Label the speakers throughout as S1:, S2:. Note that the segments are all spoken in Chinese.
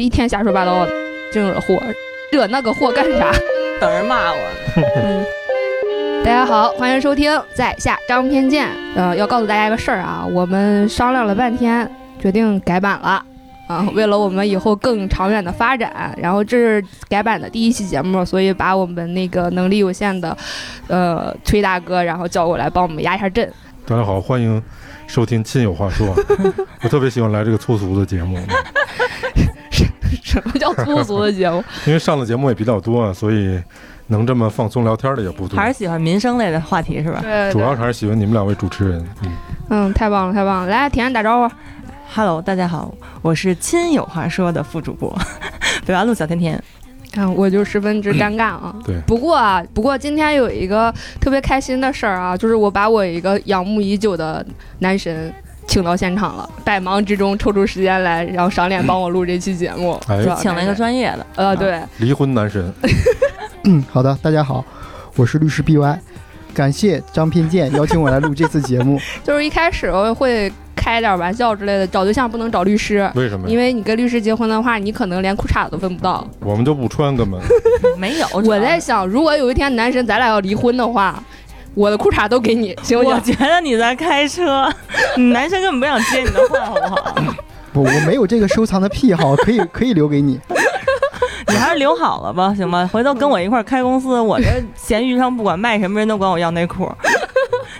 S1: 一天瞎说八道的，净惹祸，惹那个祸干啥？
S2: 等人骂我呢。
S1: 嗯，大家好，欢迎收听《在下张偏见》。呃，要告诉大家一个事儿啊，我们商量了半天，决定改版了啊。为了我们以后更长远的发展，然后这是改版的第一期节目，所以把我们那个能力有限的，呃，崔大哥，然后叫过来帮我们压一下阵。
S3: 大家好，欢迎收听《亲友话说》，我特别喜欢来这个粗俗的节目，
S1: 什么叫粗俗的节目？
S3: 因为上的节目也比较多，啊，所以能这么放松聊天的也不多，
S2: 还是喜欢民生类的话题是吧
S1: 对，
S3: 主要还是喜欢你们两位主持人。嗯，
S1: 嗯，太棒了，太棒了！来，甜甜打招呼。
S2: ？Hello，大家好，我是亲友话说的副主播 北八路小甜甜。
S1: 啊，我就十分 之尴尬啊。
S3: 对
S1: 不过啊，不过今天有一个特别开心的事儿啊，就是我把我一个仰慕已久的男神请到现场了，百忙之中抽出时间来，然后赏脸帮我录这期节目，
S3: 哎
S1: 是吧
S2: 请了一个嗯专业的，
S1: 呃，对，
S3: 离婚男神，
S4: 嗯，好的，大家好，我是律师 BY，感谢张偏见邀请我来录这次节目。
S1: 就是一开始我会开点玩笑之类的，找对象不能找律师。
S3: 为什么呀？
S1: 因为你跟律师结婚的话，你可能连裤衩都分不到。
S3: 我们就不穿，根本
S2: 没有。主要
S1: 我在，想，如果有一天男神咱俩要离婚的话，我的裤衩都给你，行不
S2: 我
S1: 行？
S2: 觉得你在开车， 你男生根本不想接你的话，好不好？
S4: 不，我没有这个收藏的癖好，可以可以留给你。
S2: 你还是留好了吧，行吧？回头跟我一块儿开公 司，我这闲鱼上不管卖什么人都管我要内裤。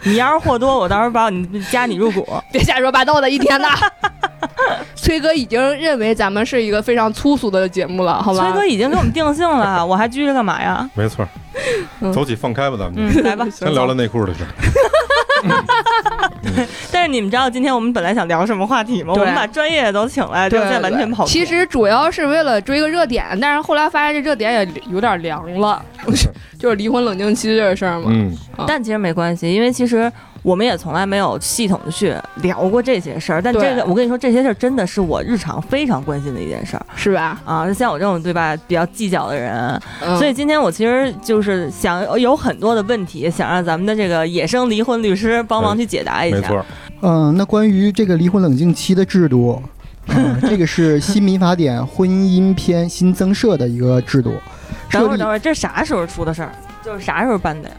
S2: 你要是货多，我到时候把你加你入股。
S1: 别瞎说八道的，一天 的。崔哥已经认为咱们是一个非常粗俗的节目了，好吧？
S2: 崔哥已经给我们定性了，我还拘着干嘛呀？
S3: 没错儿
S1: 嗯。
S3: 走起，放开吧，咱们就。
S2: 嗯，来吧，
S3: 先聊聊内裤的事儿，
S2: 但是你们知道今天我们本来想聊什么话题吗？
S1: 对
S2: 我们把专业的都请来，就
S1: 对
S2: 现在完全跑题。
S1: 其实主要是为了追个热点，但是后来发现这热点也有点凉 了， 就是离婚冷静期这个事儿嘛。
S3: 嗯，
S2: 但其实没关系，因为其实我们也从来没有系统的去聊过这些事儿。但
S1: 对
S2: 这个，我跟你说，这些事儿真的是我日常非常关心的一件事儿
S1: 是吧？
S2: 啊！就像我这种对吧，比较计较的人，啊
S1: 嗯、
S2: 所以今天我其实就是想有很多的问题，想让咱们的这个野生离婚律师帮忙去解答一
S3: 没
S2: 下。
S3: 错儿。
S4: 嗯，那关于这个离婚冷静期的制度，嗯，这个是新民法典《婚姻篇》新增设的一个制度。
S2: 等
S4: 设
S2: 会儿，
S4: 立
S2: 等会儿，这啥时候出的事儿？就是啥时候办的呀？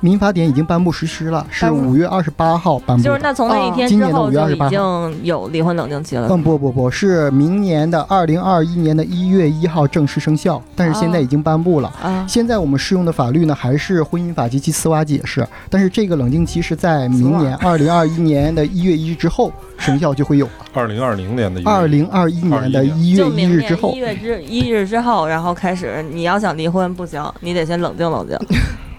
S4: 民法典已经颁布实施了，是
S2: 颁布
S4: 五月二十八号颁布
S2: 就是
S4: 的。
S2: 那从那一天
S4: 嗯哦今
S2: 之
S4: 年的
S2: 后
S4: 5月
S2: 就
S4: 28
S2: 已
S4: 号
S2: 经有离婚冷静期了。
S4: 嗯，不不不，是明年的二零二一年的一月一号正式生效，但是现
S2: 哦
S4: 在已经颁布了。
S2: 啊，
S4: 现在我们适用的法律呢，还是婚姻法及其司法解释，但是这个冷静期是在明年二零二一年的一月一日之后生效 就会有，
S3: 二零二零年的一个
S4: 二零二一年的一月
S2: 就
S4: 一
S2: 明
S4: 日
S2: 年
S4: 之后
S2: 一，月之一日之后，然后开始，你要想离婚不行，你得先冷静冷静。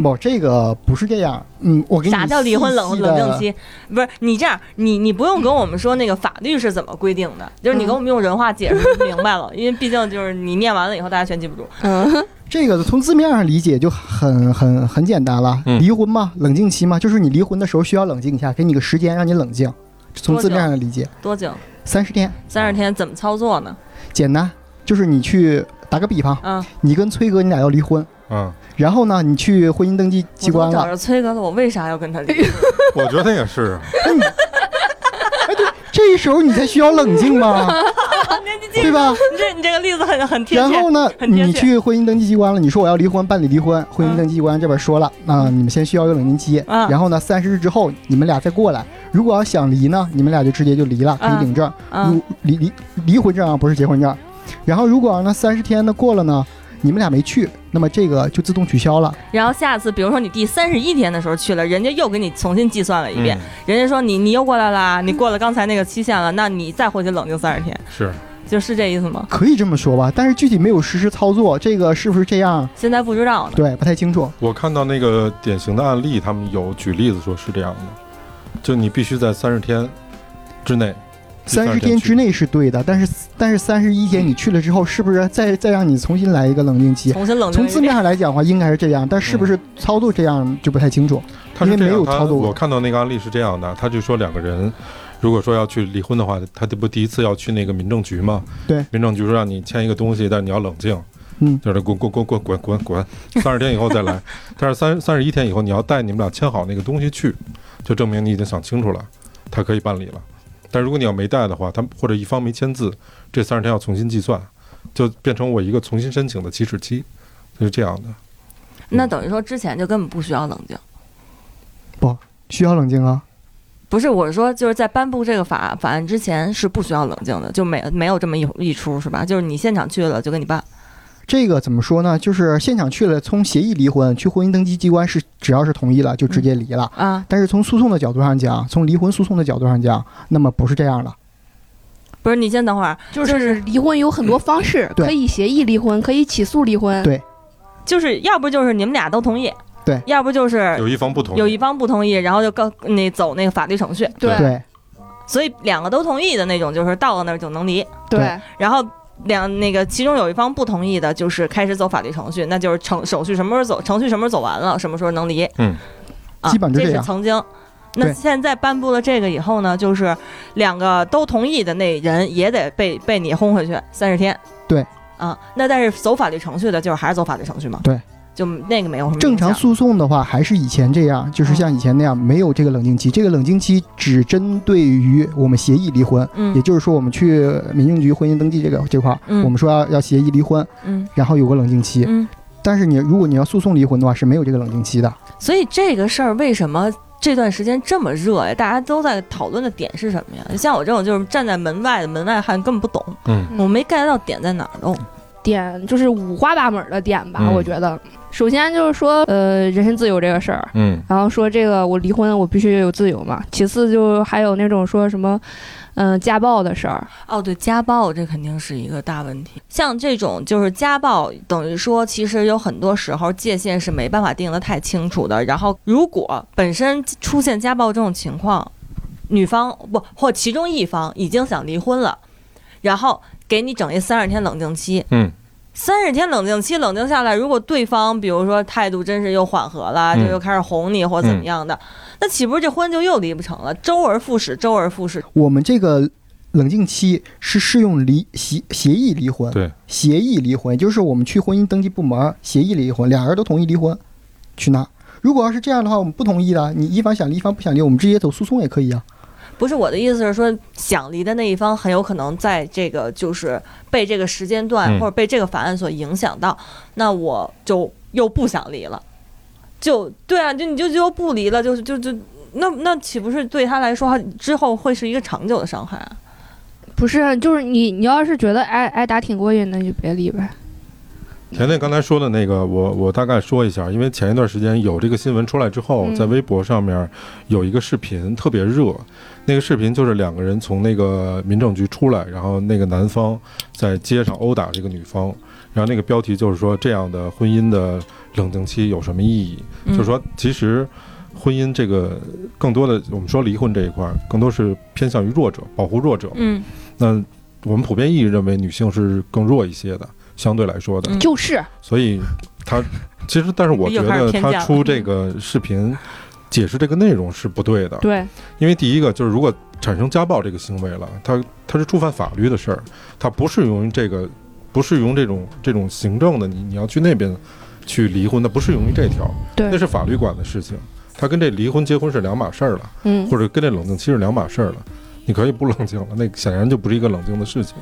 S4: 不，这个不是这样，嗯，我给你
S2: 啥叫离婚冷
S4: 细细
S2: 冷静？
S4: 地
S2: 期？不是你这样，你你不用跟我们说那个法律是怎么规定的，就是你
S1: 嗯
S2: 给我们用人话解释 就明白了，因为毕竟就是你念完了以后，大家全记不住。
S1: 嗯，
S4: 这个从字面上理解就很很很简单了，
S3: 嗯
S4: 离婚嘛，冷静期嘛，就是你离婚的时候需要冷静一下，给你个时间让你冷静，从字面上理解
S2: 多久？
S4: 三十天，
S2: 三十天怎么操作呢？
S4: 简单，就是你去打个比方，
S2: 啊，
S4: 你跟崔哥你俩要离婚，
S3: 嗯，
S4: 然后呢，你去婚姻登记
S2: 我
S4: 机
S2: 都
S4: 关了哎
S2: 找。着崔哥了，我为啥要跟他离？
S3: 我觉得也是，啊
S4: 哎这时候你才需要冷 静嘛，
S2: 你这
S4: 对吧？
S2: 你这你这个例子很很贴
S4: 然
S2: 切。
S4: 后呢，
S2: 很贴切
S4: 你去婚姻登记机关了，你说我要离婚，办理离婚，婚姻登记机关这边说了啊，你们先需要有冷静期，
S2: 啊
S4: 然后呢，三十日之后你们俩再过来。如果要想离呢，你们俩就直接就离了，可
S2: 啊
S4: 以领证，
S2: 啊
S4: 如离离离婚证啊，不是结婚证。然后如果呢三十天呢过了呢，你们俩没去，那么这个就自动取消了。
S2: 然后下次，比如说你第三十一天的时候去了，人家又给你重新计算了一遍，
S3: 嗯
S2: 人家说你你又过来啦，你过了刚才那个期限了，那你再回去冷静三十天，
S3: 嗯是
S2: 就是这意思吗？
S4: 可以这么说吧，但是具体没有实施操作，这个是不是这样？
S2: 现在不知道呢。
S4: 对，不太清楚。
S3: 我看到那个典型的案例，他们有举例子说是这样的，就你必须在三十天之内，
S4: 三十天之内是对的，但是但是三十一天你去了之后，是不是再再让你重新来一个冷静期？
S2: 重新冷静
S4: 从
S2: 一
S4: 字
S2: 遍
S4: 面上来讲的话，应该是这样，但是不是操作这样就不太清楚。
S3: 他是这
S4: 因为没
S3: 样，
S4: 有
S3: 他
S4: 操作过
S3: 我看到那个案例是这样的，他就说两个人如果说要去离婚的话，他这不第一次要去那个民政局吗？
S4: 对，
S3: 民政局说让你签一个东西，但是你要冷静，
S4: 嗯，
S3: 就是滚滚滚滚滚滚滚，三十天以后再来，但是三三十一天以后你要带你们俩签好那个东西去，就证明你已经想清楚了，他可以办理了。但如果你要没带的话，他或者一方没签字，这三十天要重新计算，就变成我一个重新申请的起始期，就是这样的。
S2: 那等于说之前就根本不需要冷静。
S4: 需要冷静啊。
S2: 不是，我是说，就是在颁布这个法法案之前是不需要冷静的，就没没有这么一一出是吧？就是你现场去了就给你办，
S4: 这个怎么说呢？就是现场去了，从协议离婚去婚姻登记机关是，只要是同意了就直接离了。
S2: 啊，
S4: 但是从诉讼的角度上讲，从离婚诉讼的角度上讲，那么不是这样了。
S2: 不是你先等会儿，
S1: 就
S2: 就是
S1: 是离婚有很多方式，
S4: 对
S1: 可以协议离婚，可以起诉离婚。
S4: 对
S2: 就是要不就是你们俩都同意，
S4: 对
S2: 要不就是
S3: 有一方不同
S2: 哎
S3: 意，
S2: 有一方不同意，然后就告那走那个法律程序，
S1: 对
S4: 对
S2: 所以两个都同意的那种，就是到了那儿就能离，
S1: 对
S2: 然后。两那个，其中有一方不同意的，就是开始走法律程序，那就是程手续什么时候走，程序什么时候走完了，什么时候能离。
S3: 嗯，
S2: 啊，
S4: 基本就
S2: 这
S4: 这
S2: 是
S4: 样
S2: 曾经。那
S4: 对
S2: 现在颁布了这个以后呢，就是两个都同意的那人也得被被你轰回去三十天。
S4: 对。
S2: 啊，那但是走法律程序的，就是还是走法律程序嘛。
S4: 对。
S2: 就那个没有什么
S4: 正常
S2: 影响
S4: 诉讼的话，还是以前这样，就是像以前那样，没有这个冷静期。这个冷静期只针对于我们协议离婚，
S2: 嗯
S4: 也就是说，我们去民政局婚姻登记这个这块儿，
S2: 嗯
S4: 我们说要要协议离婚，
S2: 嗯
S4: 然后有个冷静期。
S2: 嗯，
S4: 但是你如果你要诉讼离婚的话，是没有这个冷静期的。
S2: 所以这个事儿为什么这段时间这么热呀？大家都在讨论的点是什么呀？像我这种就是站在门外的门外汉，根本不懂，
S3: 嗯
S1: 嗯
S2: 我没 get 到点在哪儿都。
S1: 点就是五花八门的点吧，
S3: 嗯
S1: 我觉得。首先就是说，呃，人身自由这个事儿，
S3: 嗯
S1: 然后说这个我离婚我必须有自由嘛。其次就还有那种说什么，嗯、家暴的事儿，
S2: 哦，对，家暴这肯定是一个大问题。像这种就是家暴，等于说其实有很多时候界限是没办法定得太清楚的。然后，如果本身出现家暴这种情况，女方不或其中一方已经想离婚了，然后给你整一三十天冷静期，
S3: 嗯，
S2: 三十天冷静期冷静下来，如果对方比如说态度真是又缓和了，
S3: 嗯
S2: 就又开始哄你或怎么样的，那岂不是这婚就又离不成了？周而复始，周而复始。
S4: 我们这个冷静期是适用离协协议离婚，
S3: 对，
S4: 协议离婚，也就是我们去婚姻登记部门协议离婚，俩人都同意离婚，去那。如果要是这样的话，我们不同意的，你一方想离，一方不想离，我们直接走诉讼也可以啊。
S2: 不是我的意思是说，想离的那一方很有可能在这个就是被这个时间段
S3: 嗯
S2: 或者被这个法案所影响到，那我就又不想离了，就对啊，就你就就不离了，就是就就那那岂不是对他来说他之后会是一个长久的伤害啊？
S1: 不是，就是你你要是觉得挨挨打挺过瘾，那就别离呗。
S3: 甜甜刚才说的那个，我我大概说一下，因为前一段时间有这个新闻出来之后，
S1: 嗯
S3: 在微博上面有一个视频特别热，那个视频就是两个人从那个民政局出来，然后那个男方在街上殴打这个女方，然后那个标题就是说这样的婚姻的冷静期有什么意义？
S2: 嗯
S3: 就是说，其实婚姻这个更多的，我们说离婚这一块儿，更多是偏向于弱者，保护弱者。
S2: 嗯，
S3: 那我们普遍意义认为女性是更弱一些的，相对来说的，
S2: 嗯
S1: 就是
S3: 所以她其实，但是我觉
S2: 又开始
S3: 得
S2: 偏
S3: 她
S2: 见了
S3: 出这个视频解释这个内容是不对的，
S1: 对，
S3: 因为第一个就是如果产生家暴这个行为了，它它是触犯法律的事儿，它不适用于这个，不适用这种这种行政的，你你要去那边去离婚，它不适用于这条，
S1: 对
S3: 那是法律管的事情，它跟这离婚结婚是两码事儿了，
S1: 嗯
S3: 或者跟这冷静期是两码事儿了，你可以不冷静了，那显然就不是一个冷静的事情，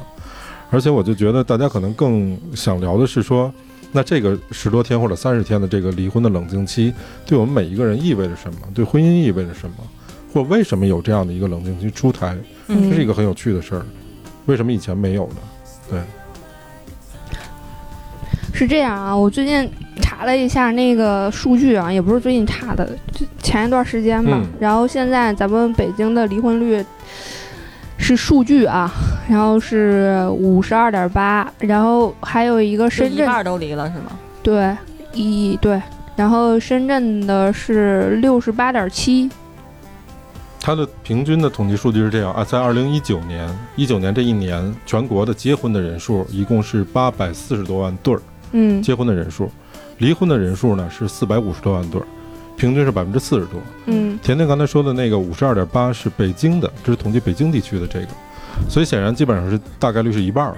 S3: 而且我就觉得大家可能更想聊的是说。那这个十多天或者三十天的这个离婚的冷静期，对我们每一个人意味着什么？对婚姻意味着什么？或为什么有这样的一个冷静期出台？这是一
S1: 嗯，
S3: 个很有趣的事儿，为什么以前没有呢？
S1: 是这样啊。我最近查了一下那个数据啊，也不是最近查的，就前一段时间吧。
S3: 嗯
S1: 然后现在咱们北京的离婚率是数据啊，然后是五十二点八，然后还有一个
S2: 是
S1: 深
S2: 一
S1: 圳
S2: 半都离了是吗？
S1: 对一对，然后深圳的是六十八点七，
S3: 它的平均的统计数据是这样啊，在二零一九年，一九年这一年，全国的结婚的人数一共是八百四十多万对儿，
S1: 嗯，
S3: 结婚的人数，离婚的人数呢是四百五十多万对儿，平均是百分之四十多。
S1: 嗯
S3: 甜甜刚才说的那个五十二点八是北京的，这是统计北京地区的这个，所以显然基本上是大概率是一半儿了，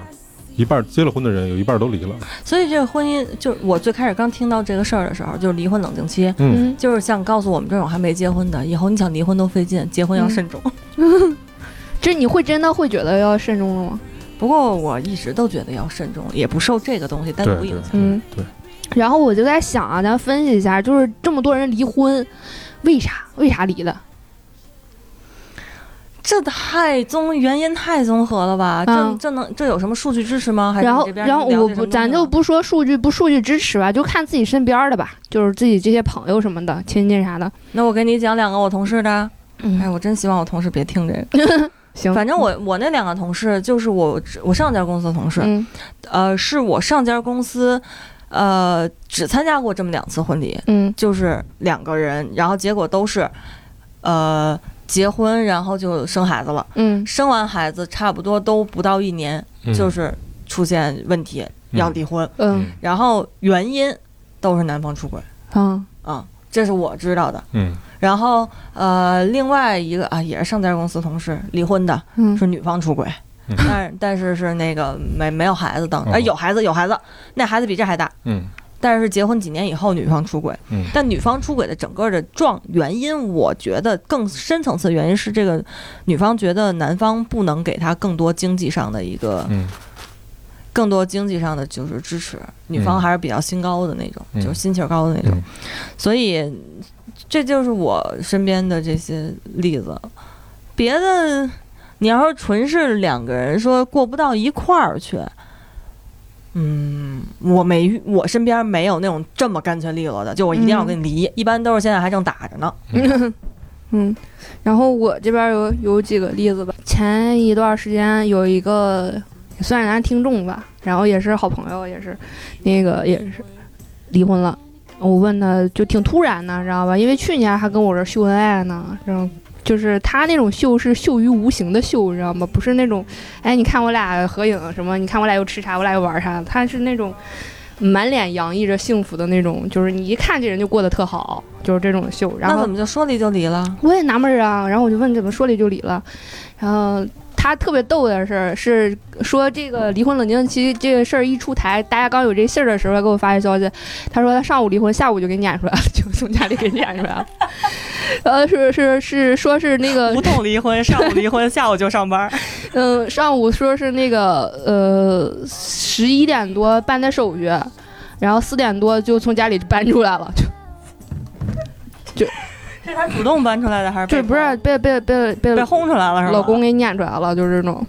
S3: 一半儿结了婚的人有一半儿都离了，
S2: 所以这个婚姻就是我最开始刚听到这个事儿的时候，就是离婚冷静期，
S3: 嗯
S1: 嗯，
S2: 就是想告诉我们这种还没结婚的，以后你想离
S1: 嗯
S2: 婚都费劲，结婚要慎重。
S1: 这你会真的会觉得要慎重了吗？
S2: 不过我一直都觉得要慎重，也不受这个东西单
S3: 对
S2: 独
S3: 对
S2: 影响。
S1: 嗯
S3: 对，
S1: 然后我就在想啊，咱分析一下，就是这么多人离婚，为啥？为啥离的？
S2: 这太综原因太综合了吧？这
S1: 嗯
S2: 这能这有什么数据支持吗？还是
S1: 然
S2: 啊你
S1: 后
S2: 这，边
S1: 然后
S2: 了解
S1: 我
S2: 什
S1: 不，
S2: 么
S1: 咱
S2: 东西
S1: 就
S2: 吗
S1: 不说数据不数据支持吧，就看自己身边的吧，就是自己这些朋友什么的、亲戚啥的。
S2: 那我给你讲两个我同事的。哎，
S1: 嗯，
S2: 我真希望我同事别听这个。
S1: 行，
S2: 反正我我那两个同事就是我我上家公司的同事，
S1: 嗯
S2: 呃，是我上家公司，呃，只参加过这么两次婚礼，
S1: 嗯
S2: 就是两个人，然后结果都是，呃，结婚然后就生孩子了，
S1: 嗯
S2: 生完孩子差不多都不到一年，
S3: 嗯
S2: 就是出现问题、要离婚，
S1: 嗯
S2: 然后原因都是男方出轨
S1: 嗯
S2: 啊、这是我知道的。
S3: 嗯
S2: 然后呃，另外一个啊，也是上家公司同事离婚的，
S1: 嗯
S2: 是女方出轨，
S3: 嗯
S2: 但但是是那个没没有孩子等，哎
S3: 哦
S2: 有孩子有孩子，那孩子比这还大，
S3: 嗯
S2: 但是结婚几年以后女方出轨，
S3: 嗯
S2: 但女方出轨的整个的状原因，我觉得更深层次的原因是这个女方觉得男方不能给她更多经济上的一个
S3: 嗯
S2: 更多经济上的就是支持，女方还是比较心高的那种，
S3: 嗯
S2: 就是心气儿高的那种，
S3: 嗯
S2: 所以这就是我身边的这些例子。别的，你要是纯是两个人说过不到一块儿去，嗯，我没遇我身边没有那种这么干脆利落的，就我一定要跟你离，一般都是现在还正打着呢。
S1: 嗯嗯。然后我这边有有几个例子吧。前一段时间有一个也算是咱听众吧，然后也是好朋友，也是那个也是离婚了。我问他就挺突然的，知道吧？因为去年还跟我这儿秀恩爱呢，然后就是他那种秀是秀于无形的秀，你知道吗？不是那种，哎，你看我俩合影什么，你看我俩又吃啥，我俩又玩啥，他是那种满脸洋溢着幸福的那种，就是你一看这人就过得特好，就是这种秀。然
S2: 那
S1: 后
S2: 怎么就说离就离了？
S1: 我也纳闷儿啊，然后我就问怎么说理就理了，然后他特别逗的是是说这个离婚冷静期这个事儿一出台，大家刚有这信儿的时候，他给我发一消息，他说他上午离婚，下午就给撵出来了， 就从家里给撵出来了， 呃是是是说是那个
S2: 无痛离婚，上午离婚，下午就上班。
S1: 嗯、上午说是那个呃十一点多办的手续，然后四点多就从家里搬出来了，就
S2: 这是他主动搬出来的还是
S1: 就不是被被被被
S2: 被轰出来了是吧？
S1: 老公给撵出来了，就是这种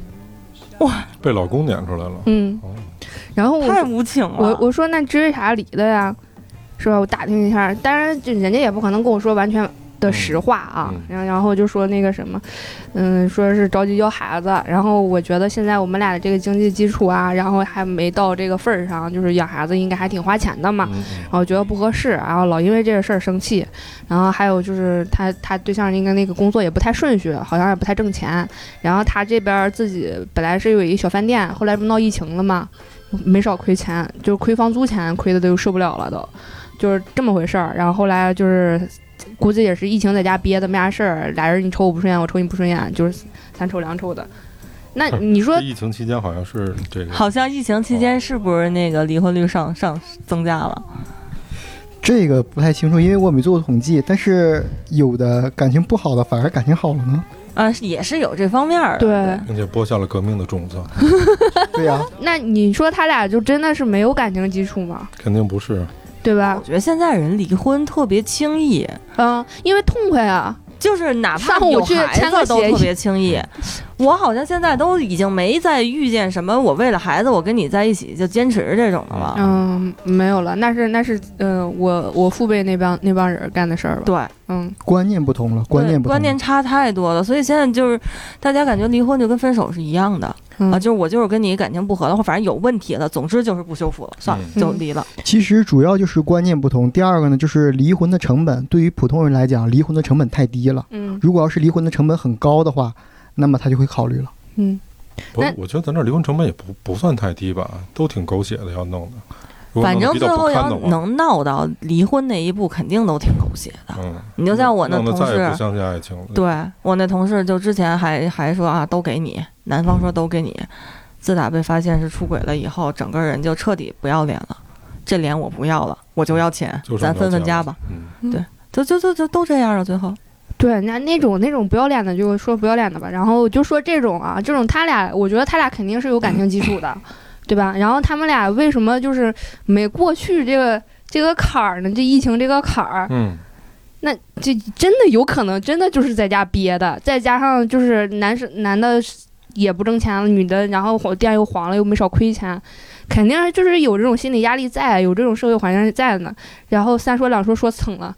S3: 被老公撵出来了。
S1: 嗯
S3: 哦，
S1: 然后我
S2: 太无情了。
S1: 我我说那至于啥离的呀？是吧？我打听一下，当然就人家也不可能跟我说完全的实话啊
S3: 嗯。
S1: 然、后然后就说那个什么，嗯，说是着急要孩子。然后我觉得现在我们俩的这个经济基础啊，然后还没到这个份儿上，就是养孩子应该还挺花钱的嘛。
S3: 嗯
S1: 然哦后觉得不合适，然后老因为这个事儿生气，然后还有就是他他对象应该那个工作也不太顺序，好像也不太挣钱，然后他这边儿自己本来是有一小饭店，后来不闹疫情了嘛，没少亏钱，就是亏房租钱，亏的都受不了了都，就是这么回事儿。然后后来就是估计也是疫情在家憋的没啥事儿，俩人你瞅我不顺眼，我瞅你不顺眼，就是三瞅两瞅的。那你说
S3: 这疫情期间好像是这个，
S2: 好像疫情期间是不是那个离婚率上上增加了？
S4: 这个不太清楚，因为我没做过统计。但是有的感情不好的反而感情好了 呢？
S2: 啊，是也是有这方面儿的。
S1: 对
S3: 并且播下了革命的种子，
S4: 对
S2: 啊
S4: 呀、
S1: 那你说他俩就真的是没有感情基础吗？
S3: 肯定不是。
S1: 对吧？
S2: 我觉得现在人离婚特别轻易，
S1: 嗯，因为痛快啊，
S2: 就是哪怕
S1: 上午
S2: 有
S1: 去
S2: 孩
S1: 签个
S2: 子都
S1: 协议
S2: 特别轻易。我好像现在都已经没再遇见什么我为了孩子我跟你在一起就坚持这种的了。
S1: 嗯，没有了，那是那是，嗯、我我父辈那帮那帮人干的事儿吧，
S2: 对，
S1: 嗯，
S4: 观念不同了，观
S2: 对
S4: 念不同了
S2: 观念差太多了，所以现在就是大家感觉离婚就跟分手是一样的、
S1: 嗯
S2: 啊，就是我就是跟你感情不合了，或反正有问题了，总之就是不修复了，算了、
S1: 嗯
S2: 就离了。
S4: 其实主要就是观念不同。第二个呢，就是离婚的成本，对于普通人来讲，离婚的成本太低了。
S1: 嗯
S4: 如果要是离婚的成本很高的话，那么他就会考虑了。
S1: 嗯，
S3: 不
S1: 那，
S3: 我觉得咱这离婚成本也不不算太低吧，都挺狗血的要弄的。如果
S2: 反
S3: 弄得
S2: 正
S3: 比
S2: 最
S3: 较不
S2: 后
S3: 堪
S2: 要
S3: 的话，
S2: 能闹到离婚那一步，肯定都挺狗血的。
S3: 嗯，
S2: 你就像我那
S3: 弄得
S2: 同
S3: 再也不
S2: 事，
S3: 相信爱情了。
S2: 对我那同事就之前还还说啊，都给你，男方说都给你，自打被发现是出轨了以后，整个人就彻底不要脸了。这脸我不要了，我就要钱
S3: 就，是
S2: 咱
S3: 要
S2: 分分
S3: 钱
S2: 家
S3: 了
S2: 吧。
S3: 嗯，
S2: 就就就就都这样了，最后
S1: 对，那那种那种不要脸的就说不要脸的吧，然后就说这种啊，这种他俩，我觉得他俩肯定是有感情基 础的，对吧？然后他们俩为什么就是没过去这个这个坎儿呢？这疫情这个坎儿，
S3: 嗯，
S1: 那这真的有可能，真的就是在家憋的，再加上就是男生男的也不挣钱了，女的然后黄店又黄了，又没少亏钱，肯定是就是有这种心理压力在，有这种社会环境在呢。然后三说两说说蹭了，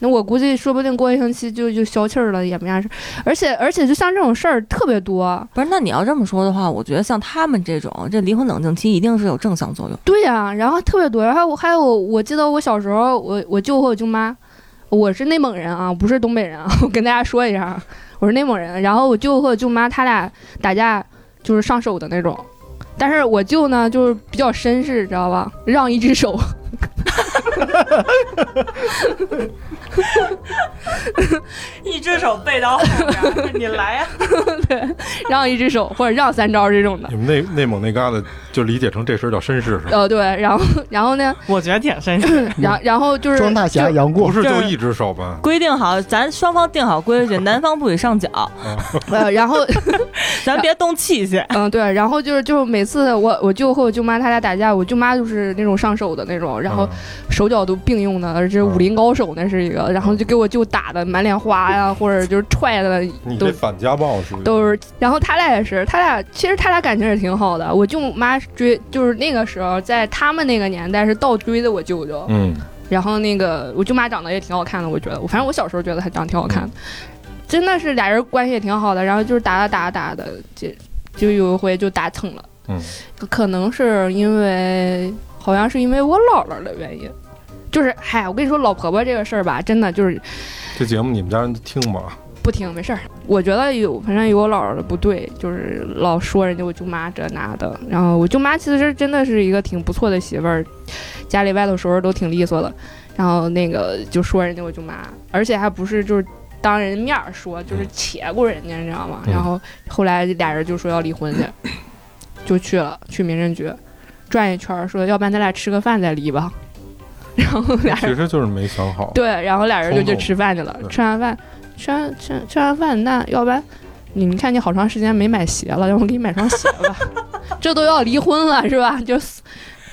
S1: 那我估计说不定过一星期就就消气儿了，也没啥事儿。而且而且就像这种事儿特别多，
S2: 不是，那你要这么说的话，我觉得像他们这种，这离婚冷静期一定是有正向作用。
S1: 对呀、然后特别多，然后我还有我记得我小时候，我我舅和我舅妈，我是内蒙人啊，不是东北人啊，我跟大家说一下，啊我是内蒙人。然后我舅和我舅妈他俩打架就是上手的那种，但是我舅呢就是比较绅士，知道吧？让一只手。
S2: 一只手背到后边，你来啊呀、
S1: 让一只手或者让三招这种的。
S3: 嗯你们内内蒙那旮瘩就理解成这事儿叫绅士是吧？
S1: 呃，对，然后然后呢，
S2: 我觉得挺绅士。
S1: 然然后就是
S4: 庄大侠
S1: 就
S4: 杨过
S3: 不，是
S2: 这
S3: 就
S2: 儿
S3: 一只手吧？
S2: 规定好，咱双方定好规矩，男方不许上脚，
S1: 呃，然后
S2: 咱别动器 械。
S1: 嗯，对，然后就是就是每次我我舅和我舅妈他俩打架，我舅妈就是那种上手的那种，然后
S3: 嗯
S1: 手脚都并用的，而且武林高手那是一个，然后就给我舅打的满脸花呀，或者就是踹的
S3: 你
S1: 都
S3: 这反家暴是不是？
S1: 都是。然后他俩也是，他俩其实他俩感情也挺好的。我舅妈追就是那个时候，在他们那个年代是倒追的我舅舅，
S3: 嗯，
S1: 然后那个我舅妈长得也挺好看的，我觉得，我反正我小时候觉得她长得挺好看的，真的是俩人关系也挺好的，然后就是打打打打的，就就有一回就打蹭了，
S3: 嗯，
S1: 可能是因为好像是因为我姥姥的原因，就是嗨，我跟你说老婆婆这个事儿吧，真的就是
S3: 这节目你们家人听 吗？
S1: 不听没事儿，我觉得有反正有我姥姥的不对，就是老说人家我舅妈这那的，然后我舅妈其实真的是一个挺不错的媳妇儿，家里外头收拾都挺利索的，然后那个就说人家我舅妈，而且还不是就是当人面儿说，就是且过人家，你知道吗？
S3: 嗯
S1: 然后后来俩人就说要离婚去，就去了去民政局转一圈儿，说要不然咱俩吃个饭再离吧， 然后俩人
S3: 其实就是没想好。
S1: 对，然后俩人就
S3: 冲
S1: 去
S3: 动嗯
S1: 吃饭去了。
S3: 对
S1: 吃完饭，吃完吃完吃完饭，那要不然你你看你好长时间没买鞋了，让我给你买双鞋吧。 这都要离婚了是吧？就是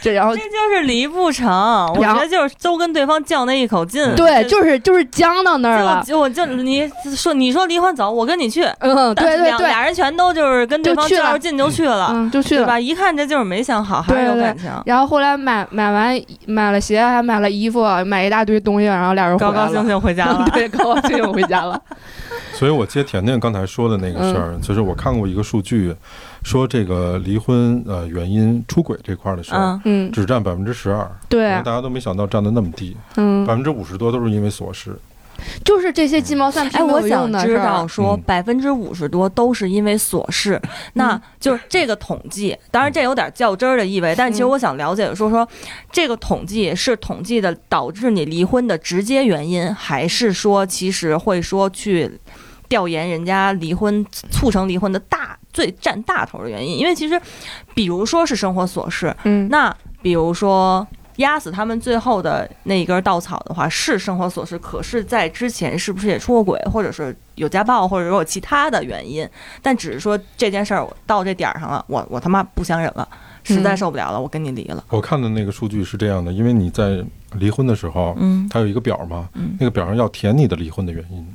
S1: 这，然后
S2: 这就是离不成，我
S1: 然
S2: 觉
S1: 后
S2: 得就是都跟对方较那一口劲。
S1: 对，
S2: 这
S1: 就是就是啊僵到那儿了。
S2: 就我就你说你说离婚走，我跟你去。
S1: 嗯，对对
S2: 俩
S1: 对，
S2: 俩人全都就是跟对方
S1: 就去了
S2: 较着劲就去了，
S1: 嗯，就去
S2: 对
S1: 了。
S2: 吧？一看这就是没想好，还
S1: 对
S2: 是有
S1: 对
S2: 感情。
S1: 然后后来买买完买了鞋，还买了衣服，买一大堆东西，然后俩人回来
S2: 高
S1: 了
S2: 高兴兴回家 了。
S1: 对，高高兴兴回家 了。
S3: 所以我接甜甜刚才说的那个
S2: 嗯
S3: 事儿，就是我看过一个数据，说这个离婚呃原因出轨这块儿的事儿，
S2: 嗯，
S1: 嗯，
S3: 只占百分之十二，可
S1: 对
S3: 能，大家都没想到占的那么低，
S1: 嗯
S3: 百，分之五十多都是因为琐事。
S1: 就是这些鸡毛蒜皮
S2: 哎，
S1: 没
S2: 我
S1: 有
S2: 想
S1: 用的
S2: 知
S1: 事儿啊
S2: 道说
S3: 嗯
S2: 百分之五十多都是因为琐事，
S1: 嗯
S2: 那就是这个统计，当然这有点较真儿的意味，但其实
S1: 嗯
S2: 我想了解说说这个统计是统计的导致你离婚的直接原因，还是说其实会说去。调研人家离婚促成离婚的大最占大头的原因，因为其实，比如说是生活琐事，
S1: 嗯，
S2: 那比如说压死他们最后的那一根稻草的话，是生活琐事，可是，在之前是不是也出过轨，或者是有家暴，或者说有其他的原因？但只是说这件事儿我到这点儿上了，我我他妈不想忍了，实在
S1: 嗯
S2: 受不了了，我跟你离了。
S3: 我看的那个数据是这样的，因为你在离婚的时候，
S2: 嗯
S3: 它有一个表嘛，
S2: 嗯
S3: 那个表上要填你的离婚的原因，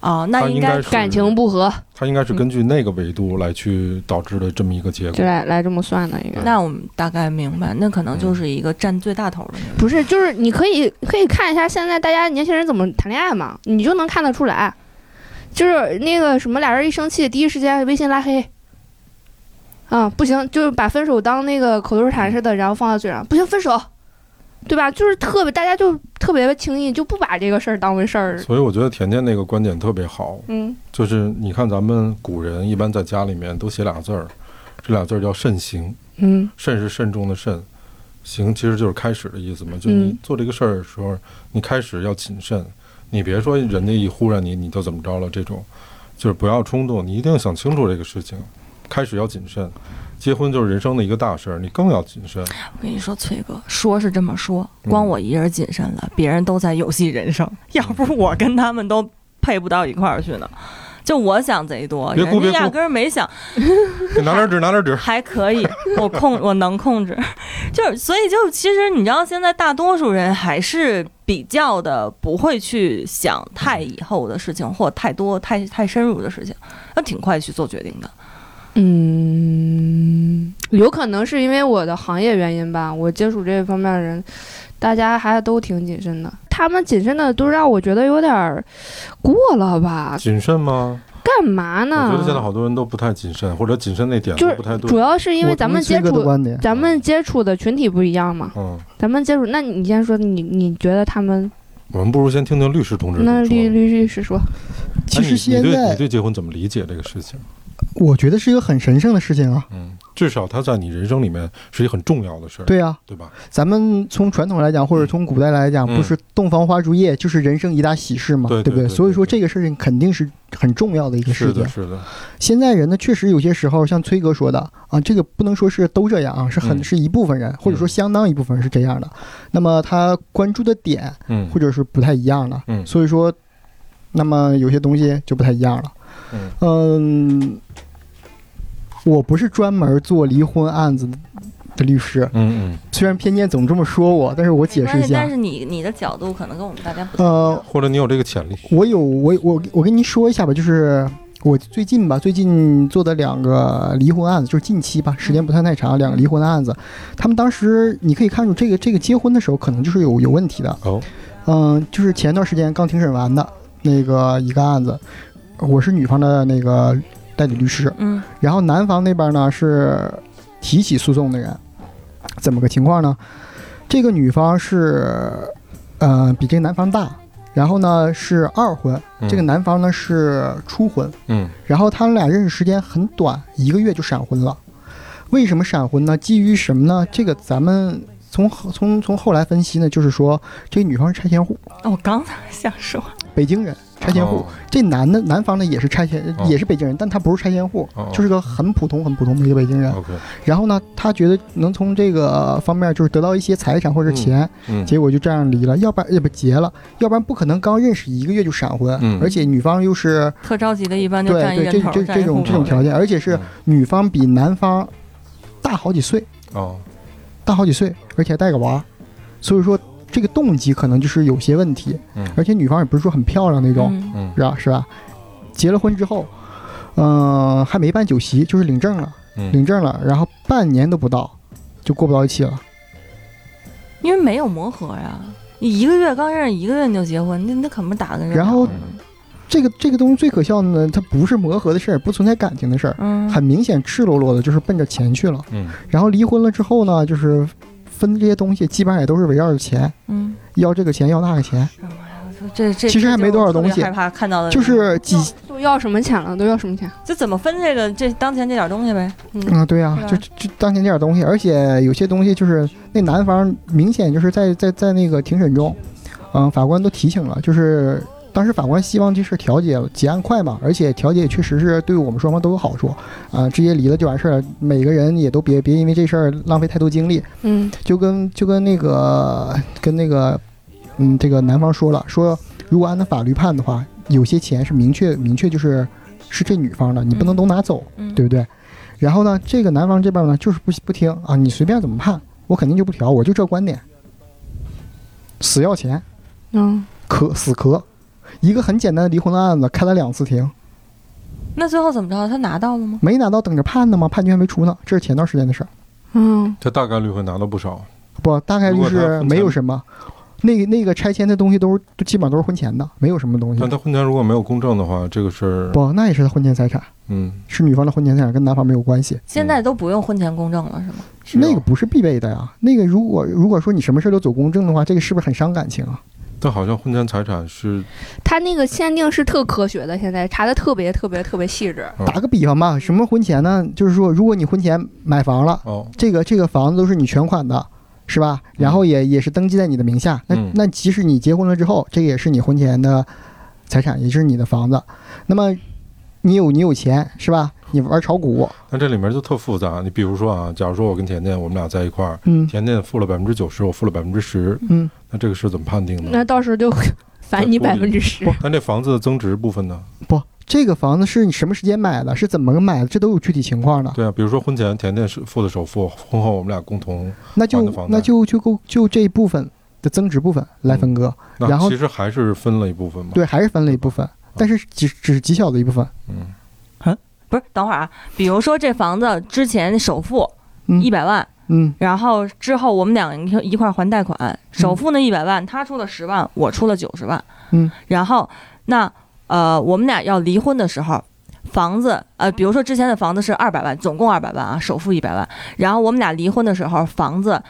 S2: 哦，那
S3: 它
S2: 应
S3: 应
S2: 该
S3: 是
S1: 感情不和，
S3: 它应该是根据那个维度来去导致的这么一个结
S1: 就
S3: 果。
S1: 来来这么算的，应该。
S2: 那我们大概明白，那可能就是一个占最大头的那个。
S1: 不是，就是你可以可以看一下现在大家年轻人怎么谈恋爱嘛，你就能看得出来。就是那个什么，俩人一生气，第一时间微信拉黑。啊，不行，就是把分手当那个口头禅似的，然后放到嘴上，不行，分手，对吧？就是特别，大家就特别轻易，就不把这个事儿当回事儿。
S3: 所以我觉得甜甜那个观点特别好，
S1: 嗯，
S3: 就是你看咱们古人一般在家里面都写俩字儿，这俩字儿叫慎行。
S1: 嗯，
S3: 慎是慎重的慎，行其实就是开始的意思嘛。就你
S1: 嗯
S3: 做这个事儿的时候，你开始要谨慎，你别说人家一忽然你你就怎么着了，这种就是不要冲动，你一定要想清楚这个事情，开始要谨慎。结婚就是人生的一个大事儿，你更要谨慎。
S2: 我跟你说，崔哥说是这么说，
S3: 嗯嗯
S2: 光我一人谨慎了，别人都在游戏人生。要不我跟他们都配不到一块儿去呢。就我想贼多，
S3: 别
S2: 人
S3: 哭
S2: 家
S3: 别哭
S2: 压根儿没想，
S3: 你拿点纸，拿点纸。
S2: 还可以，我控我能控制， 就是所以就其实你知道，现在大多数人还是比较的不会去想太以后的事情或太多太太深入的事情，那挺快去做决定的。
S1: 嗯，有可能是因为我的行业原因吧，我接触这方面的人，大家还都挺谨慎的。他们谨慎的都让我觉得有点儿过了吧，
S3: 谨慎吗？
S1: 干嘛
S3: 我
S1: 呢？
S3: 觉得现在好多人都不太谨慎，或者谨慎那点
S1: 就
S3: 都
S1: 是
S3: 不太对。
S1: 主要是因为
S4: 我
S1: 咱
S4: 同
S1: 们
S4: 意崔
S1: 接
S4: 哥的
S1: 触
S4: 观点，
S1: 咱们接触的群体不一样嘛，
S3: 嗯，
S1: 咱们接触，那你先说，你你觉得他们
S3: 我们不如先听听律师同志怎么
S1: 那
S3: 说。
S1: 律
S3: 哎
S1: 律律师说，
S4: 其实
S3: 你你
S4: 现
S3: 对你
S4: 在
S3: 对结婚怎么理解这个事情？
S4: 我觉得是一个很神圣的事情啊。
S3: 嗯，至少它在你人生里面是一个很重要的事儿，
S4: 对啊，
S3: 对吧？
S4: 咱们从传统来讲，或者从古代来讲，
S3: 嗯
S4: 不是洞房花烛夜，就是人生一大喜事嘛，
S3: 对
S4: 不
S3: 对对对
S4: 所以说
S3: 对
S4: 这个事情肯定是很重要的一个
S3: 是
S4: 事情
S3: 的，。是的，
S4: 现在人呢，确实有些时候像崔哥说的啊，这个不能说是都这样啊，是很、
S3: 嗯
S4: 是一部分人，或者说相当一部分人是这样的。那么他关注的点
S3: 嗯
S4: 或者是不太一样的，
S3: 嗯
S4: 所以说，那么有些东西就不太一样了。
S3: 嗯
S4: 嗯，我不是专门做离婚案子的律师，
S3: 嗯嗯，
S4: 虽然偏见总这么说我，但是我解
S2: 没
S4: 释一
S2: 关系但
S4: 下
S2: 是。你你的角度可能跟我们大家不太一样。
S4: 呃，
S3: 或者你有这个潜力。
S4: 我有我我我跟您说一下吧，就是我最近吧，最近做的两个离婚案子，就是近期吧，时间不太太长，两个离婚的案子，他们当时你可以看出这个这个结婚的时候可能就是有有问题的，
S3: 哦，
S4: 嗯，就是前段时间刚庭审完的那个一个案子，我是女方的那个代理律师，
S2: 嗯，
S4: 然后男方那边呢是提起诉讼的人，怎么个情况呢？这个女方是，呃，比这个男方大，然后呢是二婚，
S3: 嗯
S4: 这个男方呢是初婚，
S3: 嗯
S4: 然后他们俩认识时间很短，一个月就闪婚了。为什么闪婚呢？基于什么呢？这个咱们从后从从后来分析呢，就是说这个女方是拆迁户，
S2: 哦我刚才想说，
S4: 北京人，拆迁户。
S3: 哦
S4: 这男的男方呢也是拆迁，
S3: 哦
S4: 也是北京人，但他不是拆迁户，
S3: 哦
S4: 就是个很普通很普通的一个北京人。
S3: OK，
S4: 然后呢，他觉得能从这个方面就是得到一些财产或者钱，
S3: 嗯
S4: 结果就这样离了，要不然呃也不结了，要不然不可能刚认识一个月就闪婚，
S3: 嗯
S4: 而且女方又是
S2: 特着急的，一般
S4: 对
S2: 就占一
S4: 对这
S2: 人头，
S4: 这
S2: 占
S4: 这
S2: 一户
S4: 种
S2: 口
S4: 这种条件，而且
S3: 嗯
S4: 是女方比男方大好几岁，
S3: 哦，
S4: 大好几岁，而且还带个娃，所以说这个动机可能就是有些问题，
S3: 嗯
S4: 而且女方也不是说很漂亮那种，
S2: 嗯
S3: 嗯
S4: 是吧？是吧？结了婚之后，嗯、还没办酒席，就是领证了，
S3: 嗯，
S4: 领证了，然后半年都不到，就过不到一起了。
S2: 因为没有磨合呀。你一个月刚认识，一个月你就结婚，那那可不打个人。
S4: 然后
S3: 嗯
S4: 这个这个东西最可笑的呢，它不是磨合的事儿，不存在感情的事儿，
S2: 嗯，
S4: 很明显赤裸裸的就是奔着钱去了。
S3: 嗯
S4: 然后离婚了之后呢，就是分这些东西，基本上也都是围绕着钱，
S2: 嗯，
S4: 要这个钱，要那个钱，
S2: 这这
S4: 其实还没多少东西
S2: 这就我特别害怕看到的
S4: 就是几
S1: 都呃要什么钱了？都要什么钱？
S2: 就怎么分这个这当前这点东西呗。
S4: 啊、对啊，
S2: 是
S4: 就就当前这点东西，而且有些东西就是那男方明显就是在在在那个庭审中，嗯、法官都提醒了，就是当时法官希望这事儿调解结案快嘛，而且调解也确实是对我们双方都有好处啊、直接离了就完事儿了，每个人也都别别因为这事儿浪费太多精力，
S1: 嗯
S4: 就跟就跟那个跟那个嗯，这个男方说了，说如果按照法律判的话，有些钱是明确明确就是是这女方的，你不能都拿走，
S2: 嗯
S4: 对不对？然后呢，这个男方这边呢就是不不听啊，你随便怎么判，我肯定就不调，我就这观点，死要钱，
S1: 嗯，
S4: 磕死磕。一个很简单的离婚的案子，开了两次庭，
S2: 那最后怎么着？他拿到了吗？
S4: 没拿到等着判呢吗？判决还没出呢，这是前段时间的事儿。
S1: 嗯，
S3: 他大概率会拿到不少。
S4: 不，大概
S3: 如
S4: 率
S3: 果他
S4: 是
S3: 分
S4: 没有
S3: 钱
S4: 什么。那个那个拆迁的东西都是都基本上都是婚前的，没有什么东西
S3: 但。他婚前如果没有公证的话，这个事儿，
S4: 不，那也是他婚前财产，
S3: 嗯，
S4: 是女方的婚前财产，跟男方没有关系。
S2: 现在都不用婚前公证了，是吗？
S3: 是哦
S4: 那个
S3: 要
S4: 不是必备的呀。那个如果如果说你什么事儿都走公证的话，这个是不是很伤感情啊？
S3: 但好像婚前财产是
S1: 他那个限定是特科学的，现在查的特别特别特别细致。
S3: 嗯
S4: 打个比方吧，什么婚前呢？就是说，如果你婚前买房了，
S3: 哦，
S4: 这个这个房子都是你全款的，是吧？然后也也是登记在你的名下。那
S3: 嗯
S4: 那即使你结婚了之后，这个也是你婚前的财产，也就是你的房子。那么你有你有钱是吧？你玩炒股，
S3: 但这里面就特复杂。你比如说啊，假如说我跟甜甜我们俩在一块儿，
S4: 嗯
S3: 甜甜付了百分之九十，我付了百分之十，
S4: 嗯，
S3: 那这个事儿怎么判定呢？
S1: 那到时候就返你
S3: 在
S1: 百
S3: 处
S1: 分
S3: 理
S1: 之十。
S3: 那这房子的增值部分呢？
S4: 不，这个房子是你什么时间买的，是怎么买的，这都有具体情况的。
S3: 对啊，比如说婚前甜甜是付的首付，婚后我们俩共同，
S4: 那
S3: 还的
S4: 就
S3: 房贷
S4: 那就就够就这一部分的增值部分来分割，然
S3: 那
S4: 后
S3: 其实还是分了一部分嘛。，
S4: 对，还是分了一部分，但是只只是极小的一部分。
S3: 嗯，
S2: 不是，等会儿啊，比如说这房子之前首付
S4: 嗯
S2: 一百万，
S4: 嗯，
S2: 然后之后我们两个一块儿还贷款，首付那一百万，他出了十万，我出了九十万。
S4: 嗯，
S2: 然后那呃，我们俩要离婚的时候，房子呃，比如说之前的房子是二百万，总共二百万啊，首付一百万。然后我们俩离婚的时候，房子